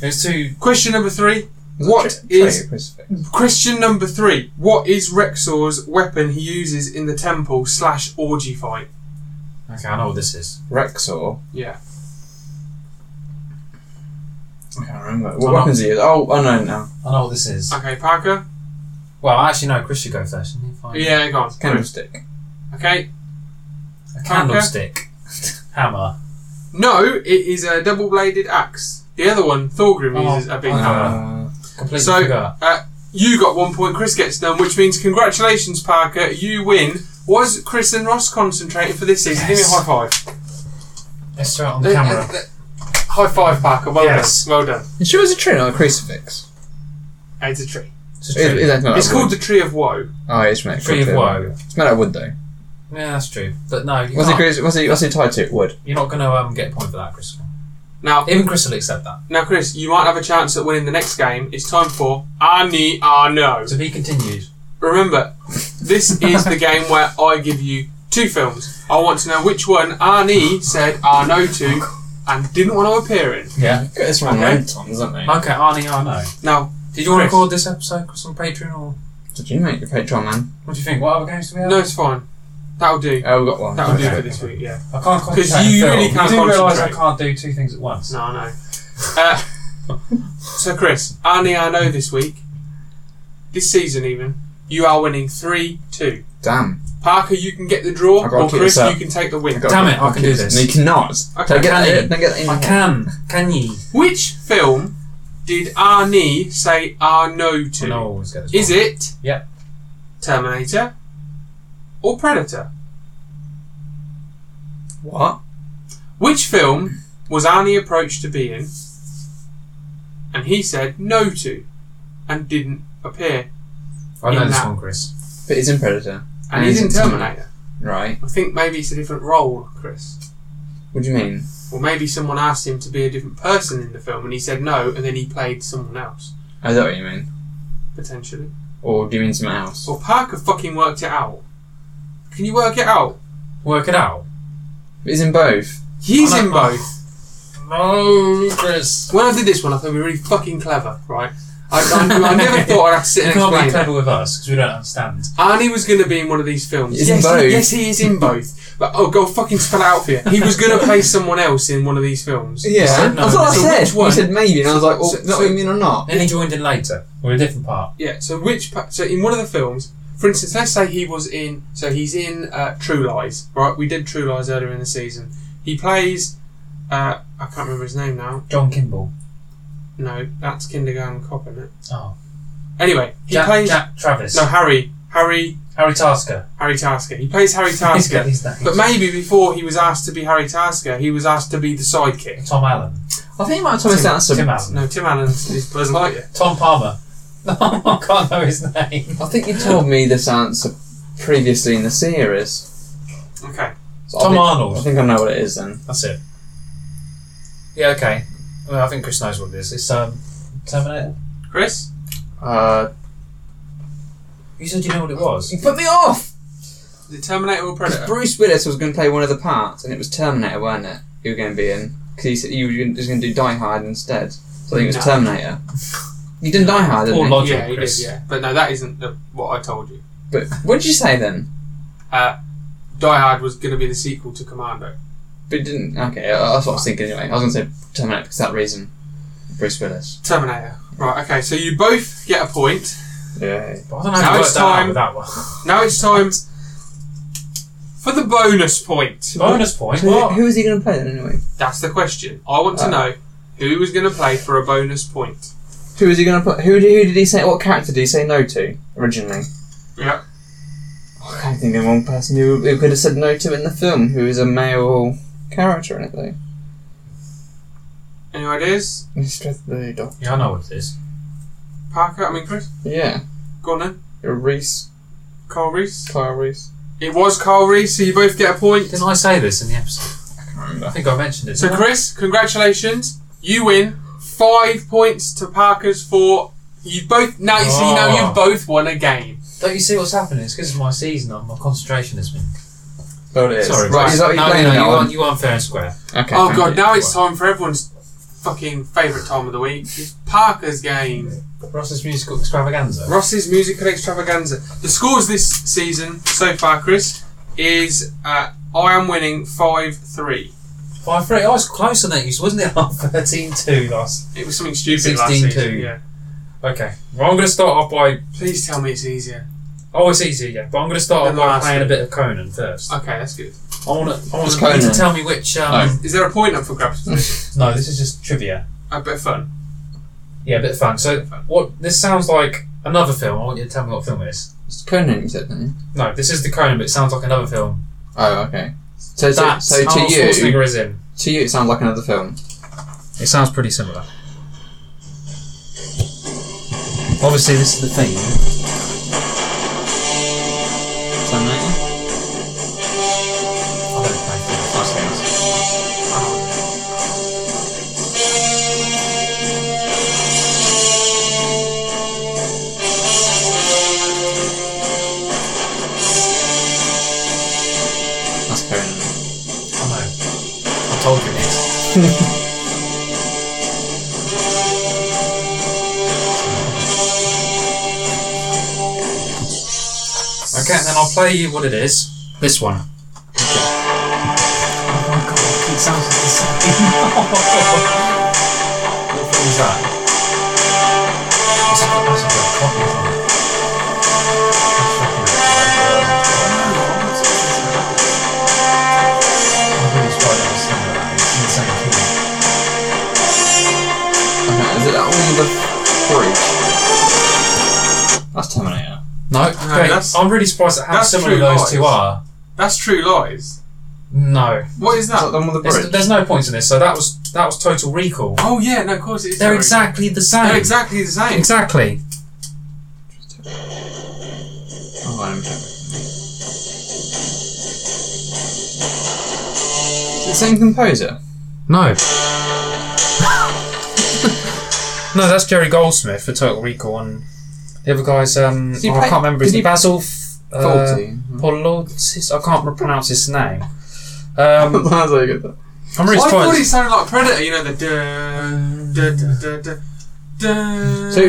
It's too.
Question number three.
It's a
what
tri- tray
is-
of crucifix?
Question number three. What is Rexor's weapon he uses in the temple slash orgy fight?
Okay, I know what this is.
Rexor.
Yeah.
I can't remember.
Oh,
What
no.
weapons do you? Oh, I know now.
I know what this is.
Okay, Parker?
Well, actually, no. Chris should go first. shouldn't he? Fine.
Yeah, go on.
Candlestick.
Okay.
A candlestick. Hammer.
No, it is a double bladed axe. The other one, Thorgrim, uses a big
Oh,
hammer.
Uh,
Completely
So- uh,
forgot.
You got one point, Chris gets none, which means congratulations, Parker. You win. Was Chris and Ross concentrating for this season?
Yes.
Give me a high five.
Let's throw it on the camera.
Uh, High five, Parker. Well
Yes.
done. Well done.
you sure it's a tree, not a crucifix?
It's a tree.
It's a
It-
tree.
it- that's made out
It's
of
called
wood.
the Tree of Woe.
Oh, it's made
Tree of
clear.
woe.
It's made out of wood though.
Yeah, that's true. But no, you
What's it?
can't.
cruci- What's it? What's it tied to? Wood.
you're not going to um, get a point for that, Chris.
Now,
Even Chris will accept that.
Now, Chris, you might have a chance at winning the next game. It's time for I need I know.
So if he continued,
Remember, this is the game where I give you two films. I want to know which one Arnie said I know to and didn't want to appear in.
yeah.
It's one
Okay.
red tons, isn't it?
Okay, Arnie, I know.
Now,
Did you want to
Chris.
record this episode, Chris, on Patreon, or
Did you make your Patreon, man?
what do you think? What other games do we have?
no, it's fine. That'll do.
Oh, we've got one.
That'll do
Okay.
for this week. Yeah.
I can't concentrate.
'Cause you
on film.
really can't
You do realise I
concentrate.
can't do two things at once.
No, I know. Uh, so, Chris, Arnie I know this week, this season even, you are winning three two.
Damn.
Parker, you can get the draw,
I've got
or
to keep
Chris,
this up.
you can take the
I
win.
got-
Damn it,
got-
I can do this.
No, you cannot.
Okay.
Don't get
Can
that
you?
Don't get that in
I
your head.
can. Can ye?
Which film did Arnie say "Ah no" to?
No, I always get this
Is it?
Yep.
Terminator or Predator?
What?
Which film was Arnie approached to be in, and he said no to, and didn't appear,
I know
in
this
that.
one, Chris.
But it's in Predator.
and he's in Terminator.
Right.
I think maybe it's a different role, Chris.
What do you mean?
Or maybe someone asked him to be a different person in the film, and he said no, and then he played someone else
Is that what you mean?
potentially.
Or do you mean something else?
Well, Parker fucking worked it out. Can you work it out?
Work it out.
It's in both.
He's
I know-
in both.
No, Chris.
When I did this one, I thought we were really fucking clever, right? I, I, I never thought I'd have to sit
You
and
can't
explain
be
it.
clever with us because we don't understand.
Arnie was going to be in one of these films.
He's in
yes, He,
both.
yes, he is in both. But oh, go fucking spell it out for you. He was going to play someone else in one of these films.
Yeah.
said no.
That's what I
So
said.
which
You
one?
said maybe, and I was like, well,
So-
is that
so-
what you mean or not?
Then he joined in later with a different part.
Yeah. So which? pa- So in one of the films, for instance, let's say he was in. So he's in uh, True Lies, right? We did True Lies earlier in the season. He plays. Uh, I can't remember his name now.
John Kimball.
No, that's Kindergarten Cop, isn't it?
Oh,
Anyway, he
Jack,
plays.
Jack Travis.
No, Harry. Harry.
Harry Tasker.
Harry Tasker. He plays Harry
He's got
Tasker.
these names.
But maybe before he was asked to be Harry Tasker, he was asked to be the sidekick.
Tom Allen.
I think you might have told us that
Tim
some.
Allen.
No, Tim Allen is Buzz Lightyear.
Tom Palmer. No, I can't know his name.
I think you told me this answer previously in the series.
Okay.
So I
Tom
think-
Arnold.
I think I know what it is then.
That's it. Yeah, okay. Well, I think Chris knows what it is. It's um, Terminator.
Chris?
Uh,
You said you know what it was.
you put me off.
The Terminator or
Because
Predator?
Bruce Willis was going to play one of the parts, and it was Terminator, weren't it? You were going to be in because he said you were just going to do Die Hard instead. So I think it was
No.
Terminator. You didn't Die Hard, didn't
Or
you?
Lodge- Logic,
yeah, he
Chris.
did, yeah. But no, that isn't the, what I told you.
But what did you say then?
Uh, Die Hard was going to be the sequel to Commando.
But it didn't. Okay, uh, that's what I was thinking anyway. I was going to say Terminator because of that reason. Bruce Willis.
Terminator. Right, okay, so you both get a point.
Yeah.
But I don't know how
Now
to work
it's
that out
time.
with that one.
Now it's time for the bonus point.
Bonus point.
So who-
What?
who is he going to play then anyway?
That's the question. I want to
Oh.
know who was going to play for a bonus point.
Who is he going to put? Who, did- who did he say? What character did he say no to originally?
Yeah.
I can't think of one person who, who could have said no to in the film who is a male character in it though.
Any ideas?
Mr. The Doc.
Yeah, I know what it is.
Parker, I mean, Chris?
Yeah.
Go on then.
Reese,
Carl Reese?
Kyle Reese.
It was Carl Reese, so you both get a point.
Didn't I say this in the episode?
I can't
I
remember.
think I mentioned it.
So,
didn't I?
Chris, congratulations. You win five points to Parker's four. You both now you see now
Oh.
you've both won a game.
Don't you see what's happening? It's because it's my season. and My concentration has been.
Oh, it is.
Sorry,
right.
Chris.
Is that what you're
no,
playing
no,
now?
you aren't. You aren't fair and square.
Okay.
oh
thank
god,
you.
now it's time for everyone's fucking favourite time of the week. It's Parker's game.
Ross's musical extravaganza.
Ross's musical extravaganza. The scores this season so far, Chris, is uh, I am winning five three.
Five three. I was closer than you, wasn't it? Thirteen two last.
It was something stupid last
16-2.
season. Yeah.
Okay. Well, I'm going to start off by.
Please tell me it's easier.
Oh, it's easy, yeah. But I'm going to start off
Then
by
last
playing a
week.
bit of Conan first. I
Okay, that's good.
want to. I want
What's
you to
Conan?
tell me which. Um,
Is there a point up for grabs?
No, this is just trivia.
a bit of fun.
Yeah, a bit of fun. So, what this sounds like another film. I want you to tell me what film it is.
It's Conan, you said, didn't you?
No, this is the Conan, but it sounds like another film.
Oh, okay. So, so,
That
so
Arnold
to you,
Schwarzenegger is in.
to you, it sounds like another film.
It sounds pretty similar. Obviously, this is the theme.
Terminator?
I don't think.
That's Conan.
I know. I told you it is. Okay, and then I'll play you what it is. This one. Oh my god, it sounds the same. what film is that? It's a, that's a good copy, isn't it? That's fucking-
That's Terminator.
No, great.
that's-
I'm really surprised at how
that's
similar
true
those
lies.
two are.
That's True Lies.
No,
What is
Is that
that?
the one with the
there's,
bridge?
there's no points in this. So that was that was Total Recall.
Oh yeah, no, of course it is.
They're
Terry.
exactly the same.
They're exactly the same.
Exactly.
Oh, I don't know. It's the same composer.
No. no, that's Jerry Goldsmith for Total Recall, and the other guy's um,
Did he
oh, I
play-
can't remember. Is
did
he
he-
Basil? F- uh,
Faulty.
Paulotis? I can't re- pronounce his name. Um,
That's how you get that.
I'm really
I thought he
surprised.
sounded like Predator. You know the da da da da da.
So,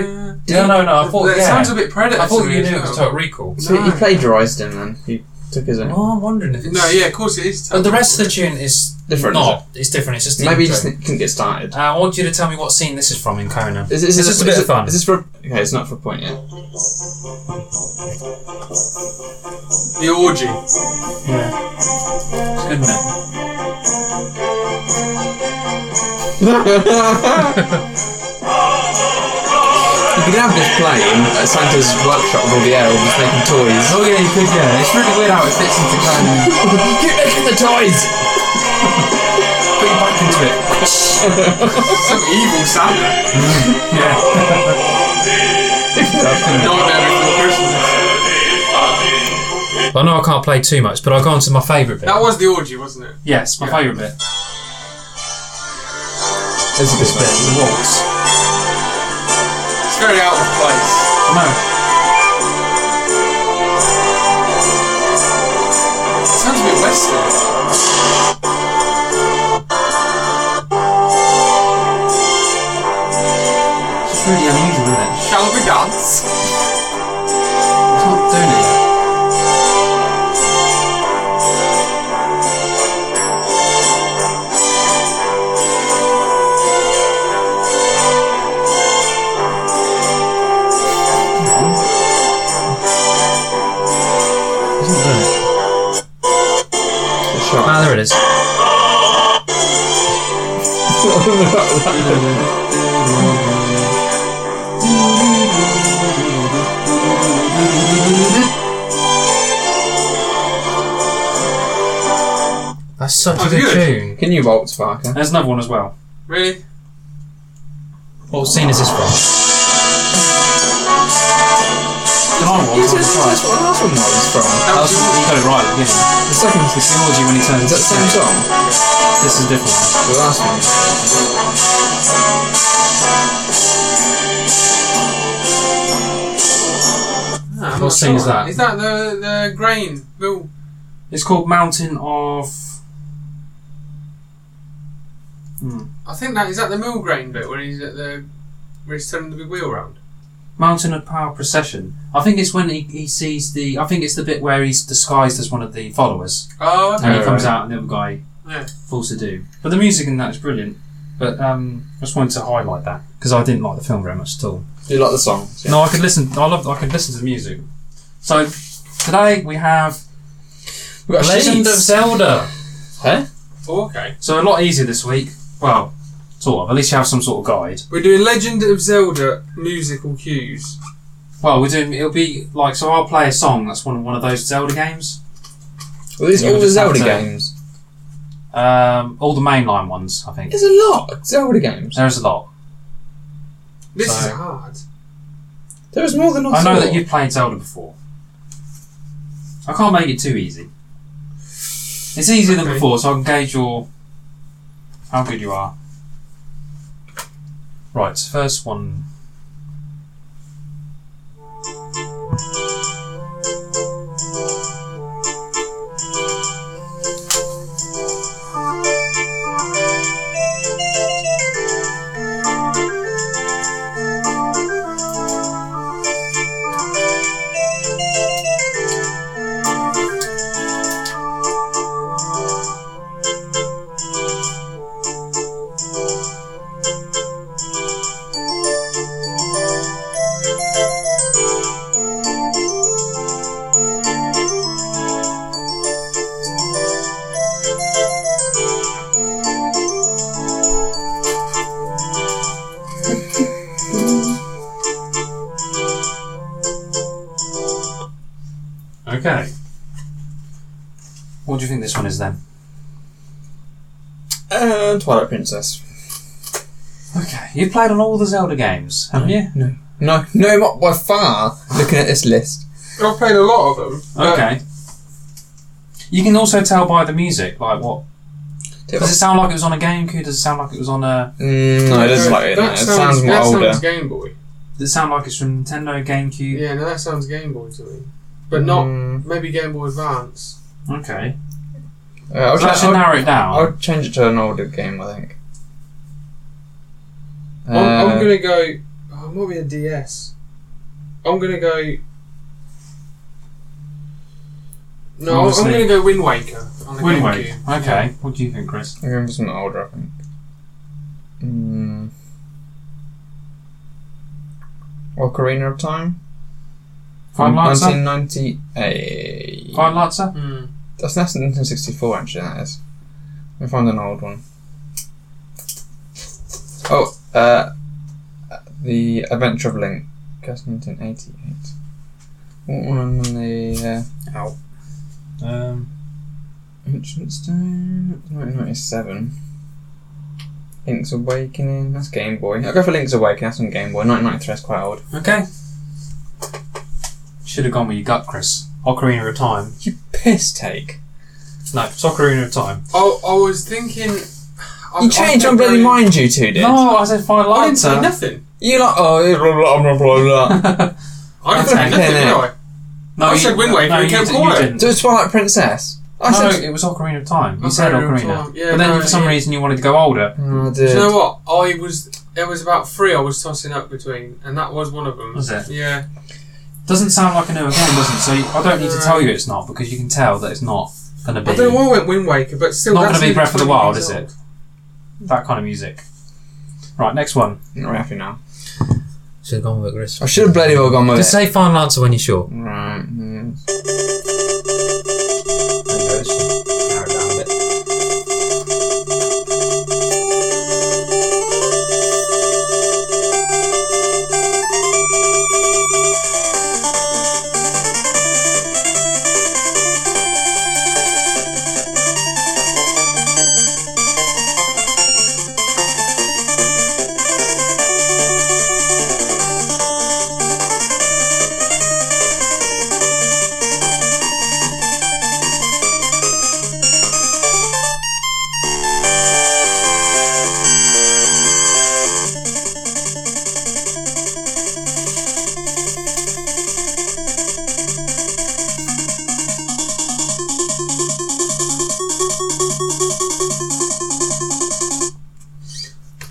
No, no, no. I thought
That
yeah.
sounds a bit Predator.
I
to
thought
me
you
as
knew it was
well.
Total Recall.
So he
No.
plagiarised him then. He took his own.
Oh, I'm wondering if it's...
No, yeah, of course it is.
But the rest of the tune is
Different,
Not. It's different. It's just the
Maybe he
intro.
just couldn't get started.
Uh, I want you to tell me what scene this is from in Conan.
Is,
It's just a bit
is
of fun.
Is this for? Okay, it's not for a point yet.
the orgy.
Yeah. It's good, isn't it?
You could have this playing at Santa's workshop with the air, just making toys.
Oh yeah, you could. Yeah, it's really weird how it fits into Conan.
Keep making the toys.
Put you back into it.
Some evil Santa.
Yeah.
Nightmare Before Christmas.
I know I can't play too much, but I'll go on to my favourite bit.
That was the orgy, wasn't it?
Oh, yes, my
Yeah.
favourite bit.
That's a good
Bit
spin.
the waltz.
It's very out of place.
No.
It sounds a bit Western.
It's really unusual, isn't it?
Shall we dance?
It's not doing it yet. It's not doing it.
The shot.
Ah, there it is. That's such
That's
a good,
good.
tune.
Can you waltz, Parker?
There's another one as well.
Really?
What scene is this from? The long one.
This is that's what the last one was from.
That
That's
was the
you got it right at the beginning.
The second one.
It's the orgy when he turns.
Is that the same song?
This is a different one.
The last one.
No, I'm
What
not
scene
sure.
is that?
Is that the the grain? Bill?
It's called Mountain of.
I think that is that the mill grain bit where he's at the where he's turning the big wheel round.
Mountain of Power Procession. I think it's when he, he sees the. I think it's the bit where he's disguised as one of the followers.
Oh,
And
okay.
he comes out and the other guy
Yeah.
falls to do. But the music in that is brilliant. But um, I just wanted to highlight that because I didn't like the film very much at all.
Do you like the song? Yeah.
No, I could listen. I love. I could listen to the music. So today we have
We've got
Legend of
sheets.
Zelda.
Huh?
Oh, okay.
So a lot easier this week. Well, sort of. At least you have some sort of guide.
We're doing Legend of Zelda musical cues.
Well, we're doing. It'll be like so. I'll play a song that's one one of those Zelda games.
Well, these
You
all the
just have
Zelda
to-
games.
Um, all the mainline ones, I think.
There's a lot of Zelda games.
There's a lot.
This is
So-
hard.
There was more than
I know
thought.
that you've played Zelda before. I can't make it too easy. It's easier than
Okay.
before, so I can gauge your how good you are. Right, first one. Okay. What do you think this one is then?
Uh, Twilight Princess.
Okay. You've played on all the Zelda games, haven't you?
No. No, no, not by far. Looking at this list,
I've played a lot of them. but
Okay. You can also tell by the music, like what. Does it sound like it was on a GameCube? Does it sound like it was on a?
Mm, no, it doesn't like it. no.
That
It sounds more
that
older.
sounds Game Boy.
Does it sound like it's from Nintendo GameCube?
Yeah, no, that sounds Game Boy to me. But not
Mm.
maybe Game Boy Advance.
Okay.
Uh, I'll,
So that
ch-
should
I'll,
narrow it down.
I'll change it to an older game. I think.
I'm,
Uh,
I'm gonna go. Oh, it might be a DS. I'm gonna go. No, I'm-
Honestly.
I'm gonna go Wind Waker. On the
Wind
GameCube.
Waker. Okay. What do you think, Chris?
The game's not older, I think. Mm. Ocarina of Time?
Final answer.
1998.
Final answer.
Yeah. Hmm.
That's that's 1964, actually, that is. Let me find an old one. Oh, uh, The Adventure of Link. Guess 1988. What one on the uh, Ow.
Um,
Ancient Stone. 1997. Link's Awakening. That's Game Boy. I'll go for Link's Awakening. That's on Game Boy. 1993 is quite old.
okay. Should have gone with your gut, Chris. Ocarina of Time.
You piss take.
No, it's Ocarina of Time.
Oh, I was thinking.
you changed on bloody mind, you two did.
No, I said final
I didn't say
answer.
nothing.
You like, oh, blah, blah, blah, blah, blah.
I didn't
Okay.
say nothing,
Yeah,
did
yeah.
I?
no,
I said Wind Waker,
No,
it
you,
kept
di- you
quiet.
didn't.
So it's Twilight Princess. I
no,
said.
it was Ocarina of Time. You
Ocarina
said
of
Ocarina.
Time. Yeah,
but then
no,
for some
yeah. Hmm.
reason you wanted to go older.
Oh,
Do you
dear.
know what? I was. There was about three I was tossing up between, and that was one of them.
Was it?
Yeah.
Doesn't sound like a newer game, does it? So you, I don't need to tell you it's not because you can tell that it's not going to be
I don't know why I went Wind Waker, but still.
Not
that's
gonna be
nearly
Breath of the
20
Wild,
years
is it?
old.
that kind of music. Right, next one.
Not happy now.
Should have gone with it, Chris.
I should have bloody well gone with
Just
it.
say final answer when you're sure.
Right. mm.
There you go. it should narrow it down a bit.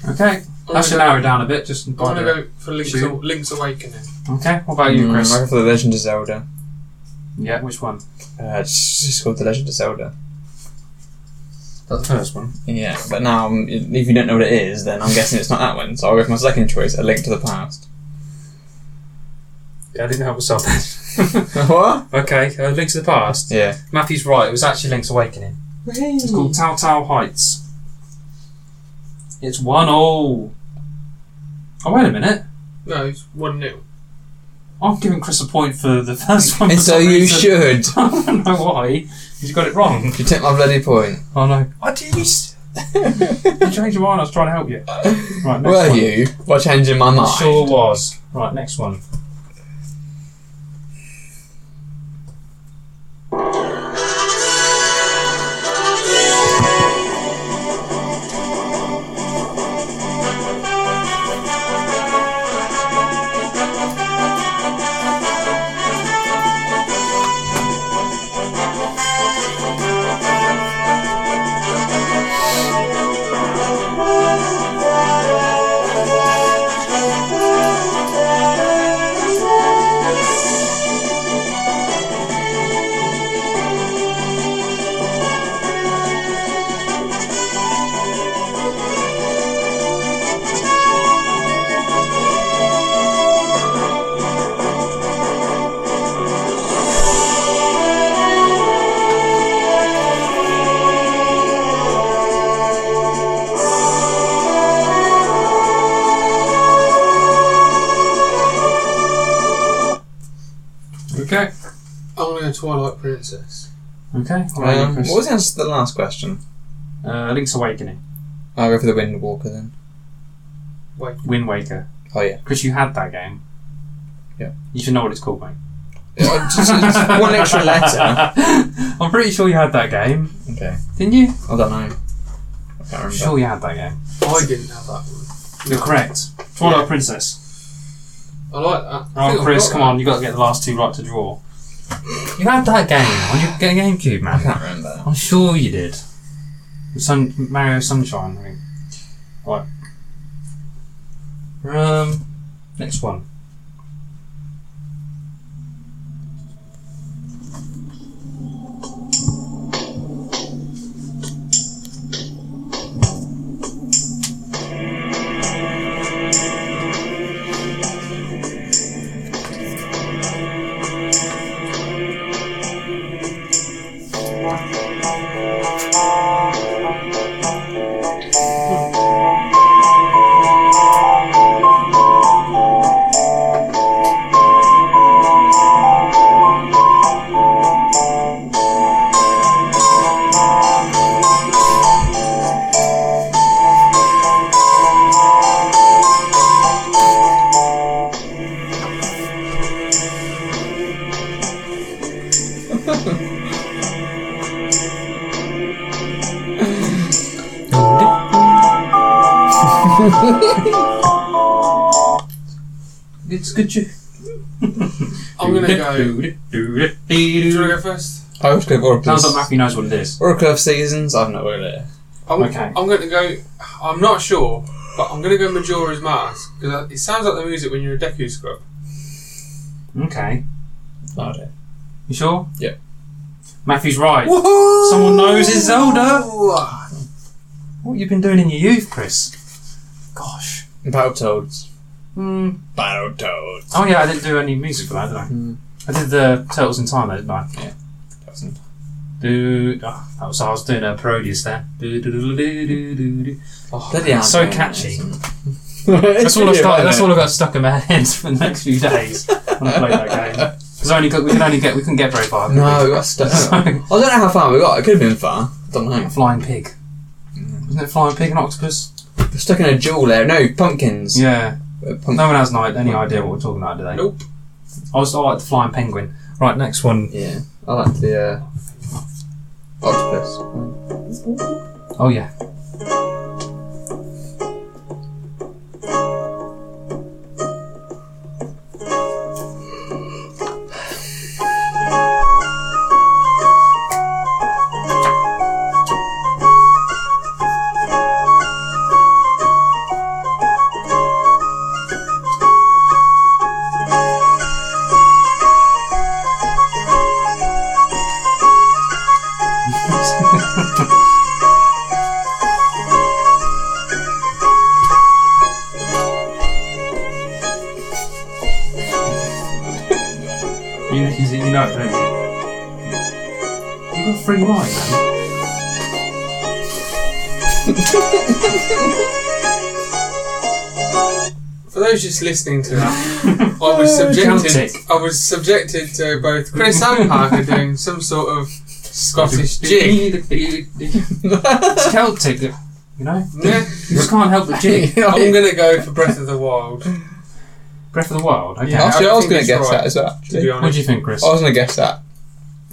Okay,
I'm
that should
gonna
narrow it down a bit. Just
go- I'm
by
gonna
the,
go for Link's,
Shoot.
Link's Awakening.
okay. What about you,
Mm,
Chris?
I go for The Legend of Zelda.
Yeah, which one?
Uh, it's just called The Legend of Zelda.
That's the first one.
Yeah, but now, um, if you don't know what it is, then I'm guessing it's not that one. So I'll go for my second choice, A Link to the Past.
Yeah, I didn't help myself then.
what?
okay, uh, Link's to the Past.
Yeah.
Matthew's right. It was actually Link's Awakening. It's called Tao Tao Heights. It's one all. Oh wait a minute!
No, it's one 0
I'm giving Chris a point for the first one.
And
for
so
some
you
reason.
should.
I don't know why. He's got it wrong.
You took my bloody point.
Oh no. I did. You changed your mind. I was trying to help you. Right. Next
Were
one.
you? By changing my mind.
Sure was. Right. Next one. Okay.
I'm gonna go Twilight Princess.
Okay. All right,
Um,
Chris.
what was the answer to the last question?
Uh, Link's Awakening.
I'll go for the Wind Walker then.
Wind Waker.
Oh yeah.
Chris, you had that game.
Yeah.
You should know what it's called, mate.
Uh, just- just one extra letter.
I'm pretty sure you had that game,
Okay.
didn't you?
I don't know. I can't remember.
Sure, you had that game.
I didn't have that one.
You're correct. Twilight Princess.
I like that. I
Oh,
think I've
Chris,
got
come
that.
on, you got to get the last two right to draw.
You had that game on your G- GameCube,
I
man.
can't remember.
I'm sure you did. Sun Mario Sunshine, I think. Right. Um, next one.
It's good you.
I'm gonna go. Do you wanna
Sounds
go first?
I always go for Oracle.
like Matthew knows what it is.
Oracle of Seasons. I've no idea.
I'm,
Okay.
I'm gonna go. I'm not sure, but I'm gonna go Majora's Mask because it sounds like the music when you're a Deku scrub.
Okay.
No idea.
You sure?
Yep.
Matthew's right. Someone knows it's Zelda. What you been doing in your youth, Chris? Gosh.
Battletoads.
Hmm.
Battletoads.
Oh yeah, I didn't do any music for that, did I?
Mm.
I did the Turtles in Time, though, didn't I?
Doesn't-
Do oh, that was I was doing a parodius there. Do, do, do, do, do, do, do.
Bloody hell,
so
man,
catchy.
isn't
That's
it? It's
all I've
really
got. That's
bad,
all I've got stuck in my head for the next few days when I play that game. Because only got, we can only get we couldn't get very far.
isn't
could
it? No, we got stuck.
we?
I don't know how far we got. It could have been far. I don't know.
So, flying pig. Wasn't it flying pig and octopus?
We're stuck in a jewel there. No, pumpkins.
Yeah.
We're pump-
No one has ni- any idea what we're talking about, do they?
Nope.
I was I like the flying penguin. Right, next one.
Yeah. I like the uh, octopus.
Oh yeah. You, you, see- you know it, don't you? You got free ride, man.
For those just listening to that, I was subjected.
Celtic.
I was subjected to both Chris and Parker doing some sort of Scottish jig.
It's Celtic, you know.
Yeah,
You just can't help the jig.
I'm gonna go for Breath of the Wild.
Breath of the Wild. Okay.
Yeah. Oh.
Actually, I was
I think
going to
it's
guess
right,
that as well.
To be
Actually.
What
honest,
do you think, Chris?
I was going to guess that.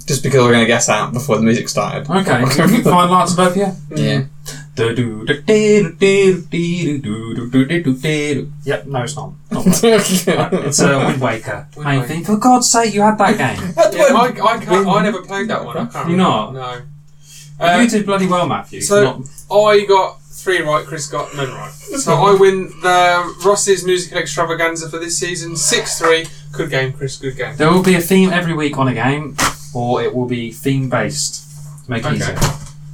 Just because we're going to guess that before the music started.
Okay. Can you find lights above you?
Mm.
Yeah.
Yep. No, it's not. Not that. Right,
uh,
It's a Wind Waker.
Wind
Main
Waker.
thing. For God's sake, you had that game.
yeah, I, I can't. I never played that one. I can't.
You
remember.
not?
No.
you
Uh,
did bloody well, Matthew.
so-
Not-
I got three right. Chris got none right. So I win the Ross's musical extravaganza for this season. Six three. Good game, Chris. Good game.
there will be a theme every week on a game, or it will be theme based to make it
Okay.
easier.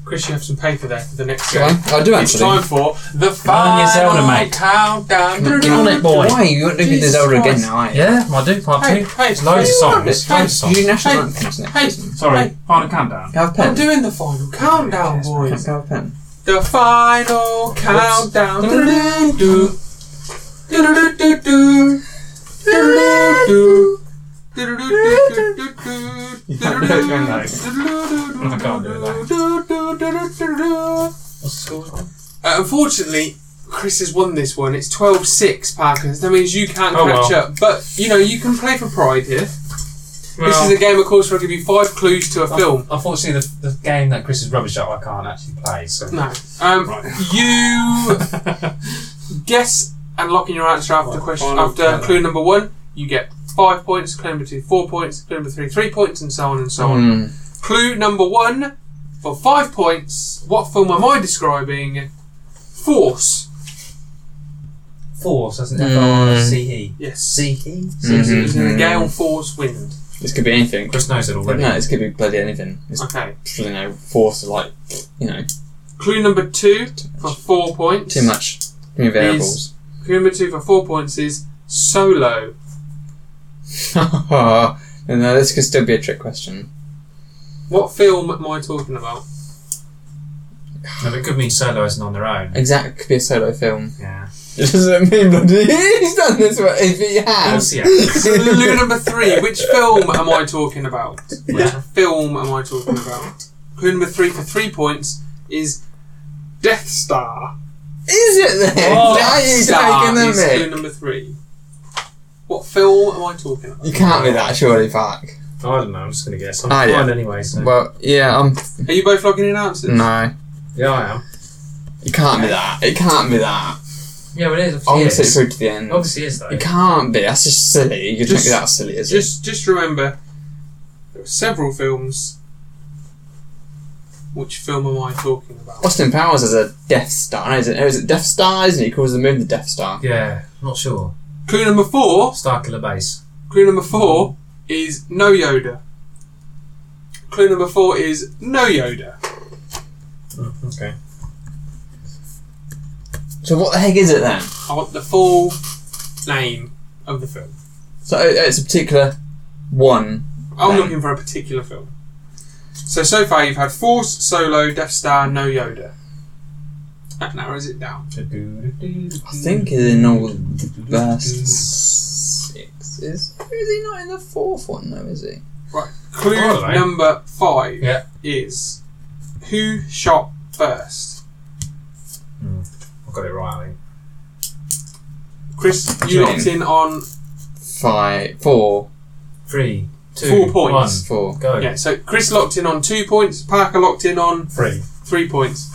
Chris, you have some paper there for the next
Go
game.
on. I do
It's time
actually.
for the
on,
final
you're Zelda, mate.
countdown.
Get on it, boy.
Why? You want to do
Jesus
Zelda again
Christ.
now, are you?
Yeah, I do. Part
Hey,
two.
hey,
There's loads of songs. Loads
Hey,
of
You
songs.
do
Hey.
national anthems next.
Hey.
isn't it?
Sorry,
Hey.
final countdown.
Can I have a
I'm
pen?
doing the final countdown, boys.
Can I have a pen?
The final countdown. Do-do-do-do. Do-do-do-do-do. Do-do-do-do. Do-do-do-do-do-do.
I can't do
What's the score?
Uh, unfortunately, Chris has won this one. It's 12 6, Parkins. That means you can't
Oh,
catch
well.
up. But, you know, you can play for pride here. this
Well,
is a game, of course, where I give you five clues to a
Oh.
film.
Unfortunately, the, the game that Chris is rubbish at, I can't actually play. So
No. Um,
Right.
You guess and lock in your answer after
Right,
question
final
after
clue.
clue number one. You get five points, clue number two, four points, clue number three, three points, and so on and so on.
Mm.
Clue number one for five points. What film am I describing? Force.
force, doesn't it? Oh, E.
Mm.
F-O-R-C-E.
Yes.
C-E?
Yes, it was in the
Mhm.
gale force wind.
This could be anything.
Chris knows E, it already.
No, this could be bloody anything. It's
Okay.
you know force of like you know
Clue number two for four points.
too much too many variables.
Clue number two for four points is solo.
no, this could still be a trick question.
What film am I talking about?
No, but it could mean solo isn't on their own.
Exact could be a solo film.
Yeah.
It doesn't mean bloody he's done this. One. If he has,
yeah.
Clue number three. Which film am I talking about? Which
Yeah.
film am I talking about? Clue number three for three points is Death Star.
Is it then?
Oh,
Are you
Star
taking the
is clue
mic?
number three. What film am I talking about?
You can't be that surely, Park.
I don't know, I'm just going to guess. I'm
Ah,
fine
yeah.
anyway, so.
Well, yeah, I'm.
Are you both logging in answers?
No,
yeah, I am.
it can't be that. It can't be that.
Yeah, but it is.
I'm gonna sit through to the end.
is, though.
It can't be. That's just silly. You
Just-
just, think that's silly, is it?
Just, just remember, there are several films. Which film am I talking about?
Austin Powers has a Death Star. No, is it? No, is it Death Star? Isn't it? He calls the moon the Death Star.
Yeah, I'm not sure.
Clue number four.
Starkiller Base.
Clue number four is no Yoda. Clue number four is no Yoda.
Okay.
So what the heck is it then?
I want the full name of the film.
So it- it's a particular one.
I'm
Name.
looking for a particular film. So so far you've had Force, Solo, Death Star, no Yoda. That narrows it down.
I think is in all the first six. Is is he not in the fourth one though? Is he?
Right. Clue
Oh, hello.
number five
Yeah.
is who shot first.
I got it right, I think.
Chris, you
Jane.
locked in on
Five, four,
Three, two,
Four points.
four.
one. Go.
yeah. So Chris locked in on two points. Parker locked in on
Three.
three points.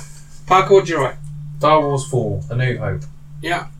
Parker, what do you write?
Star Wars 4, A New Hope.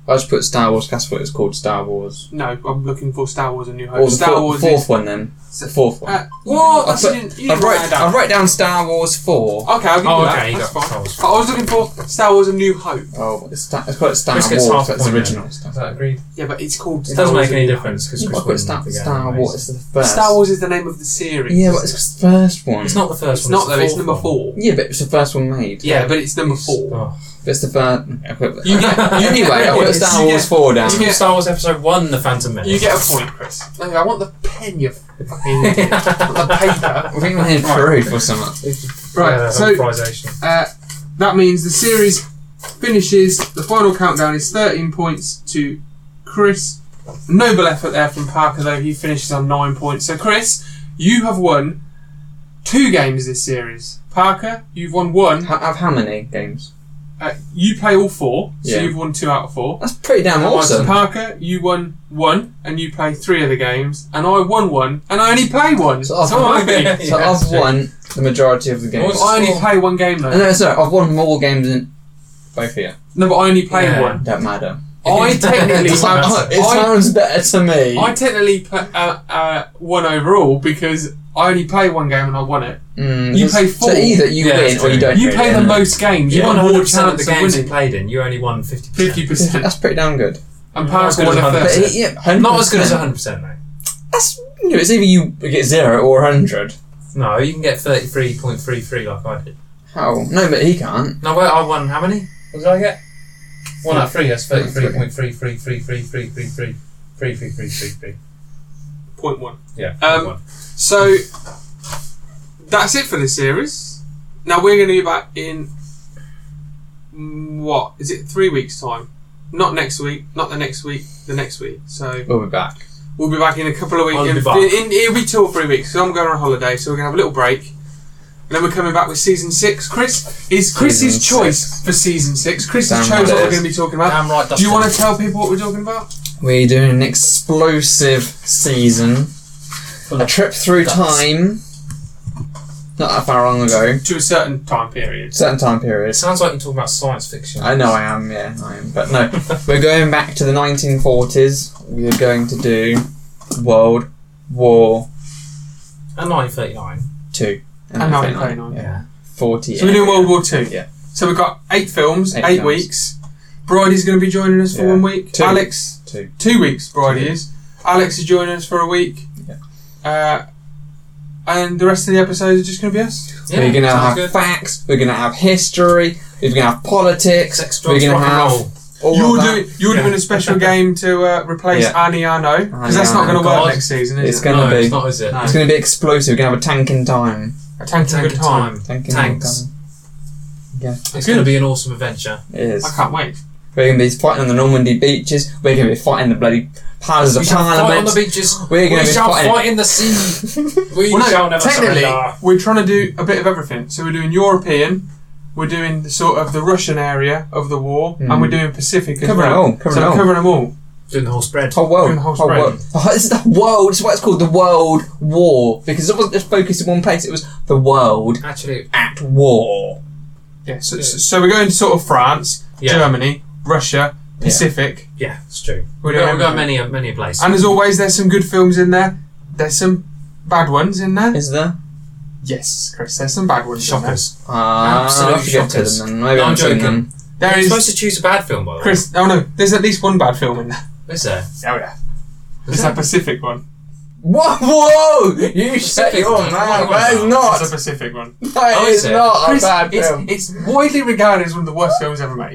I just put Star Wars. That's what it's called. Star Wars.
No, I'm looking for Star Wars: A New Hope.
Or the
Uh, Star
four,
Wars
fourth
is.
one then. It's the fourth one.
Uh, what?
I
That's
put-
you didn't, you
I
didn't write
write.
that down.
I write down Star Wars four.
Okay, I'll give you
Oh,
that.
okay, you
That's
got
fine.
Star
I was looking for Star Wars: A New Hope.
Oh, it's, sta- it's called Star
Chris
Wars.
gets half
That's
a point,
original
then. Is
stuff.
that agreed?
Yeah, but it's called.
It
Star
doesn't
Wars
make any
A New
difference because
I
Chris
put
wouldn't
Star,
have the game
Star
anyways.
Wars. It's the
Hope.
first.
Star Wars is the name of the series.
Yeah, but it's the first one.
It's not the first
It's
one.
not though. It's
the
number
fourth
four.
Yeah, but it's the first one made.
Yeah, but it's number four.
one. Oh.
But it's the first. Okay,
You get, you
anyway,
get
I
a
put
point.
Star
you
Wars four down.
you
Give
Yeah.
Star Wars Episode 1, The Phantom
Get,
Menace.
you get a point, Chris. No, I want the pen. You fucking the paper.
I think we're in Peru for something.
Right.
Yeah,
so
improvisation.
Uh, that means the series finishes. The final countdown is 13 points to Chris. Noble effort there from Parker, though he finishes on nine points. So, Chris, you have won two games this series. Parker, you've won one.
How, have how many games?
Uh, you play all four, so
Yeah.
you've won two out of four.
That's pretty damn
How much
awesome.
Parker, you won one, and you play three of the games, and I won one, and I only play one.
So I've,
So I'm happy.
so
Yeah,
I've won the majority of the games.
Well,
I only play one game
And
though.
no, sorry, I've won more games than both of you.
No, but I only play
Yeah.
one.
Don't matter.
I technically
It,
Doesn't
have
sounds,
matter.
it
I-
sounds better to me.
I technically put, uh, uh, won overall because I only play one game and I won it.
Mm,
you
this-
play four.
So either you
Yeah,
win
that's
or you
true.
don't.
You
win.
play the
Mm.
most games. You
You won
won more
100% of
chance
the
of
games you
winning.
played in. You only won 50%.
Fifty percent.
That's pretty damn good.
And
Not as
Parker
good
won
as
a
100%.
But
first.
it, yeah, 100%.
Not as good as 100%, though.
That's you know, it's either you get zero or hundred.
No, you can get 33.33 like I did.
How? No, but he can't.
No, wait, I won how many? What did I get? One out of three, that's 33.3333333333.
Point one.
Yeah.
Um,
one.
So that's it for this series. Now we're going to be back in mm, what is it? Three weeks time. Not next week. Not the next week. The next week. So
We'll be back.
We'll be back in a couple of weeks.
I'll be
In,
back.
in- it'll be two or three weeks because I'm going on holiday, so we're gonna have a little break. And then we're coming back with season six. Chris is Chris's
Season
choice
six.
for season six. Chris has
Damn
chosen
right
what
it
we're
is.
going to be talking about.
Damn right,
Do you
Dustin.
want to tell people what we're talking about?
We're doing an explosive season. A trip through time. Not that far long ago.
To a certain time period.
Certain time
It
period.
sounds like you're talking about science fiction.
I know I am, yeah, I am. But no, we're going back to the 1940s. We are going to do World War
And 1939.
Two.
And now we're going on.
Yeah.
40
So we're doing World War Two.
Yeah.
So we've got eight films, eight,
Eight films.
weeks. Bridie's going to be joining us for
Yeah.
one week.
Two.
Alex,
Two.
two weeks. Bridie
Two.
is. Alex is joining us for a week.
Yeah.
Uh, and the rest of the episodes are just going to be us.
Yeah,
we're going to
sounds
have
good.
facts, we're going to have history, we're going to have politics,
Sex,
we're
drugs,
going to
rock and
have
roll.
all
you're
of that.
doing you're
Yeah.
doing a special game to uh, replace
Yeah.
Annie Arno because that's not
Arno.
going to work
God.
next season, is
It's
it?
going to
no,
be
it's not, is it?
No.
it's going to be explosive. We're going to have a tank in time.
A tank
Tank
good
of
time.
time.
Tank in
Tanks.
time.
It's
Good.
going to be an awesome adventure.
It is.
I can't wait.
We're going to be fighting on the Normandy beaches. We're going to be fighting the bloody Houses
we
of
shall fight on
Parliament.
the beaches.
We're
We
going to be
shall
fighting.
fight in the sea. We
Well, no,
shall never
technically,
surrender.
we're trying to do a bit of everything. So we're doing European, we're doing the sort of the Russian area of the war, and
Mm.
we're doing Pacific as
Covering it
well.
all, covering
so
it all.
covering them all.
Doing the whole spread.
Whole world,
Doing the whole
whole,
spread.
world. Oh, it's the world. It's why it's called the World War because it wasn't just focused in one place. It was the world
Actually,
at war.
Yeah. So, so- so we're going to sort of France,
Yeah.
Germany, Russia, Pacific.
yeah, it's true.
We're
We've
doing
got, we've got
everything.
many, many places.
And as always, there's some good films in there. There's some bad ones in there.
Is there?
Yes, Chris. There's some bad ones. in there.
Shockers.
Ah,
Absolute
I forget to
shockers.
them. Then. Maybe
No,
I'm
I'm
joking.
joking.
Them.
There
You're
is
supposed to choose a bad film, by the way.
Chris. Oh no, there's at least one bad film in there.
Is there?
Oh yeah. There's that Pacific one.
Whoa, whoa! You shut
Pacific.
your
Why
mouth.
It's
was that?
That is
a
not.
Pacific one.
That
Oh,
is
is it?
not
Chris,
a bad
it's,
film.
it's widely regarded as one of the worst films ever made.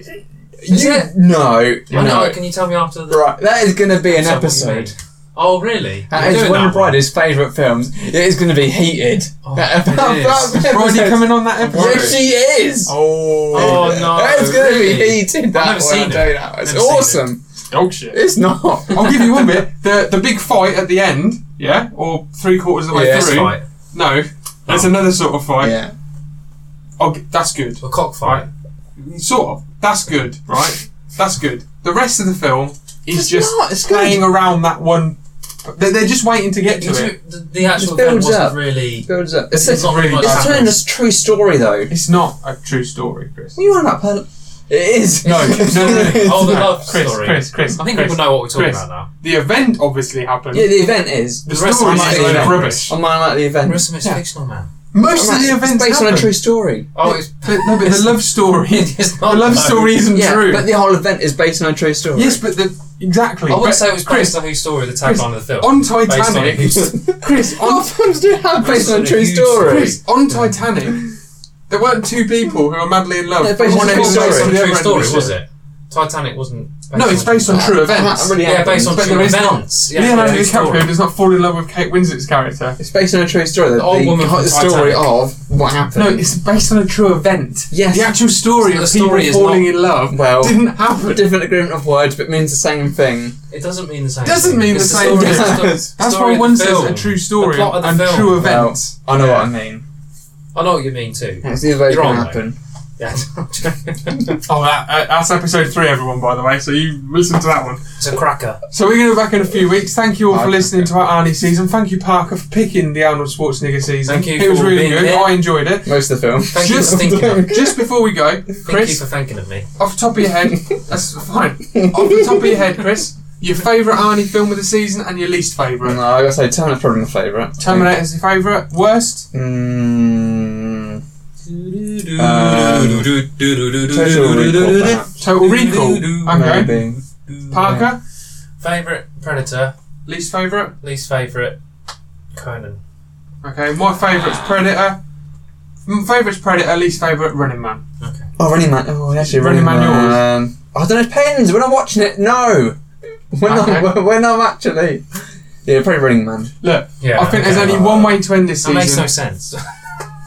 Is
you
it?
no,
I know.
no.
Oh, Can you tell me after the
Right, that is going to be an
So what do you
episode.
mean? Oh, really?
That
You're
is
doing
one of
that one?
Bridie's favourite films. It is going to be heated.
Oh,
That-
it
that-
is.
that
Is Brody
episode-
coming on that episode?
Yes, she is.
Oh,
Oh no!
It's going to be
really?
heated. That
never
one,
seen
I'll
it.
tell you that. It's
Never seen
awesome.
dog shit.
It's not.
I'll give you one bit. The the big fight at the end, yeah, or three quarters of the way
Yeah.
Fist
through.
fight.
No, there's
Oh.
another sort of fight.
yeah.
Oh, g- that's good.
A cockfight.
Sort of. That's good, right? That's good. The rest of the film is
It's
just
not, it's good.
playing around that one. They're, they're just waiting to get to
It's
it.
re- The, the actual
It
film
builds
wasn't
up.
really.
Builds up. It's,
It's
it's,
not really much.
it's telling
happens.
us true story though.
It's not a true story, Chris.
What are you on about, Pearl? It is.
No, no, no, no.
Oh, the
No,
love
Chris,
story.
Chris, Chris,
I think
Chris,
people know what we're talking
Chris.
about now.
The event obviously happened.
Yeah, the event is.
the
The rest
story
of
is
it is
a load of
irrelevant.
rubbish.
On my like the event.
Marissa Smith's
Yeah.
Most of man.
Most of the
It's
events
based on a
happen.
true story.
Oh, it's
But, no, but the love story.
It is
the
not
love
though.
story isn't
Yeah,
true.
but the whole event is based on a true story.
yes, but the exactly.
I
but
wouldn't say it was
Chris
Chris on whose story the
Chris,
tagline of the film.
on
Based on
Titanic.
whose-
Chris
All
on
films do have based on a
That's
true
a huge
story.
Chris on Titanic. There weren't two people who are madly in love.
Yeah, based
and
on
one
a true
ended based
story.
on
It's
the
not a
other
true
end
story,
of the
was
ship.
it? Titanic wasn't.
No, it's based on true events.
Really
Yeah, based on
But
true
there is not-
events. Yeah,
Leonardo
true story.
DiCaprio does not fall in love with Kate Winslet's character.
It's based on a true story. The,
old woman from
the story
Titanic.
of what happened.
No, it's based on a true event.
Yes.
The actual story
So the
of people
story is
falling
not-
in love
Well-
didn't happen.
different agreement of words, but means the same thing.
It doesn't mean the same.
Doesn't
thing.
mean
It's
the same
story-
thing.
it's the
That's
story
That's
of
why
the
one says
film.
a true
The
story
plot of the
and
film.
true events.
I know
Yeah.
what I mean.
I know what you mean too.
It's the other way it's
You're
gonna
wrong,
happen.
Yeah.
Oh, that, uh, that's episode three, everyone, by the way, so you listen to that one.
it's a cracker.
So we're going to be back in a few weeks. Thank you all for
Okay.
listening to our Arnie season. Thank you, Parker, for picking the Arnold Schwarzenegger season.
Thank you
It was
for
really
being
good.
here.
I enjoyed it.
Most of the film.
Thank you for
Just-
thinking. Of,
Just before we go,
thank you
Chris,
for thinking of me.
off the top of your head, that's fine. off the top of your head, Chris, your favourite Arnie film of the season and your least favourite.
No, I gotta say, Terminator's probably my favourite.
Terminator's your favourite. Worst?
Mm, Total Recall, perhaps.
Total Recall. Okay.
Maybe.
Parker,
Favorite Predator,
least favourite.
least favorite Conan.
Okay, my favourite's Predator. M- Favourite's Predator, least favourite Running Man.
Oh, Running Man. Oh, actually,
Running
Running,
Man yours?
Man. Um, I don't know. Depends. When I'm watching it, no. When
Okay.
I'm when I'm actually. Yeah, probably Running Man.
Look,
Yeah,
I think there's
okay.
only one way to end this
That
season.
makes no sense.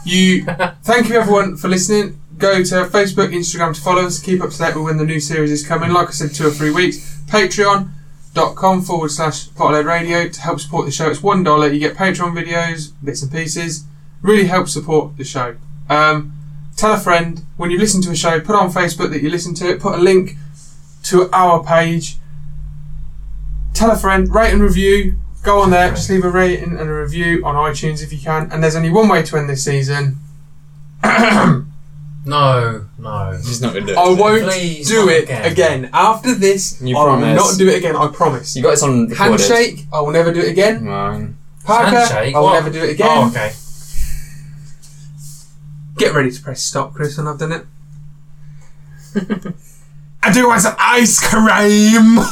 You, thank you everyone for listening. Go to Facebook, Instagram to follow us. Keep up to date with when the new series is coming. Like I said, two or three weeks. Patreon.com patreon.com forward slash potload radio to help support the show. It's one dollar. You get Patreon videos, bits and pieces. Really helps support the show. Um, tell a friend when you listen to a show. Put on Facebook that you listen to it. Put a link to our page. Tell a friend. Rate and review. Go on there. Just leave a rating and a review on iTunes if you can. And there's only one way to end this season.
No, no.
He's not going to do it.
I won't
Please,
do
not
it again.
again.
After this,
You
I will
promise.
not do it again. I promise.
You got this on recorded.
Handshake. I will never do it again.
Man.
Parker.
Handshake?
I will
What?
never do it again.
Oh, okay.
Get ready to press stop, Chris, and I've done it. I do want some ice cream.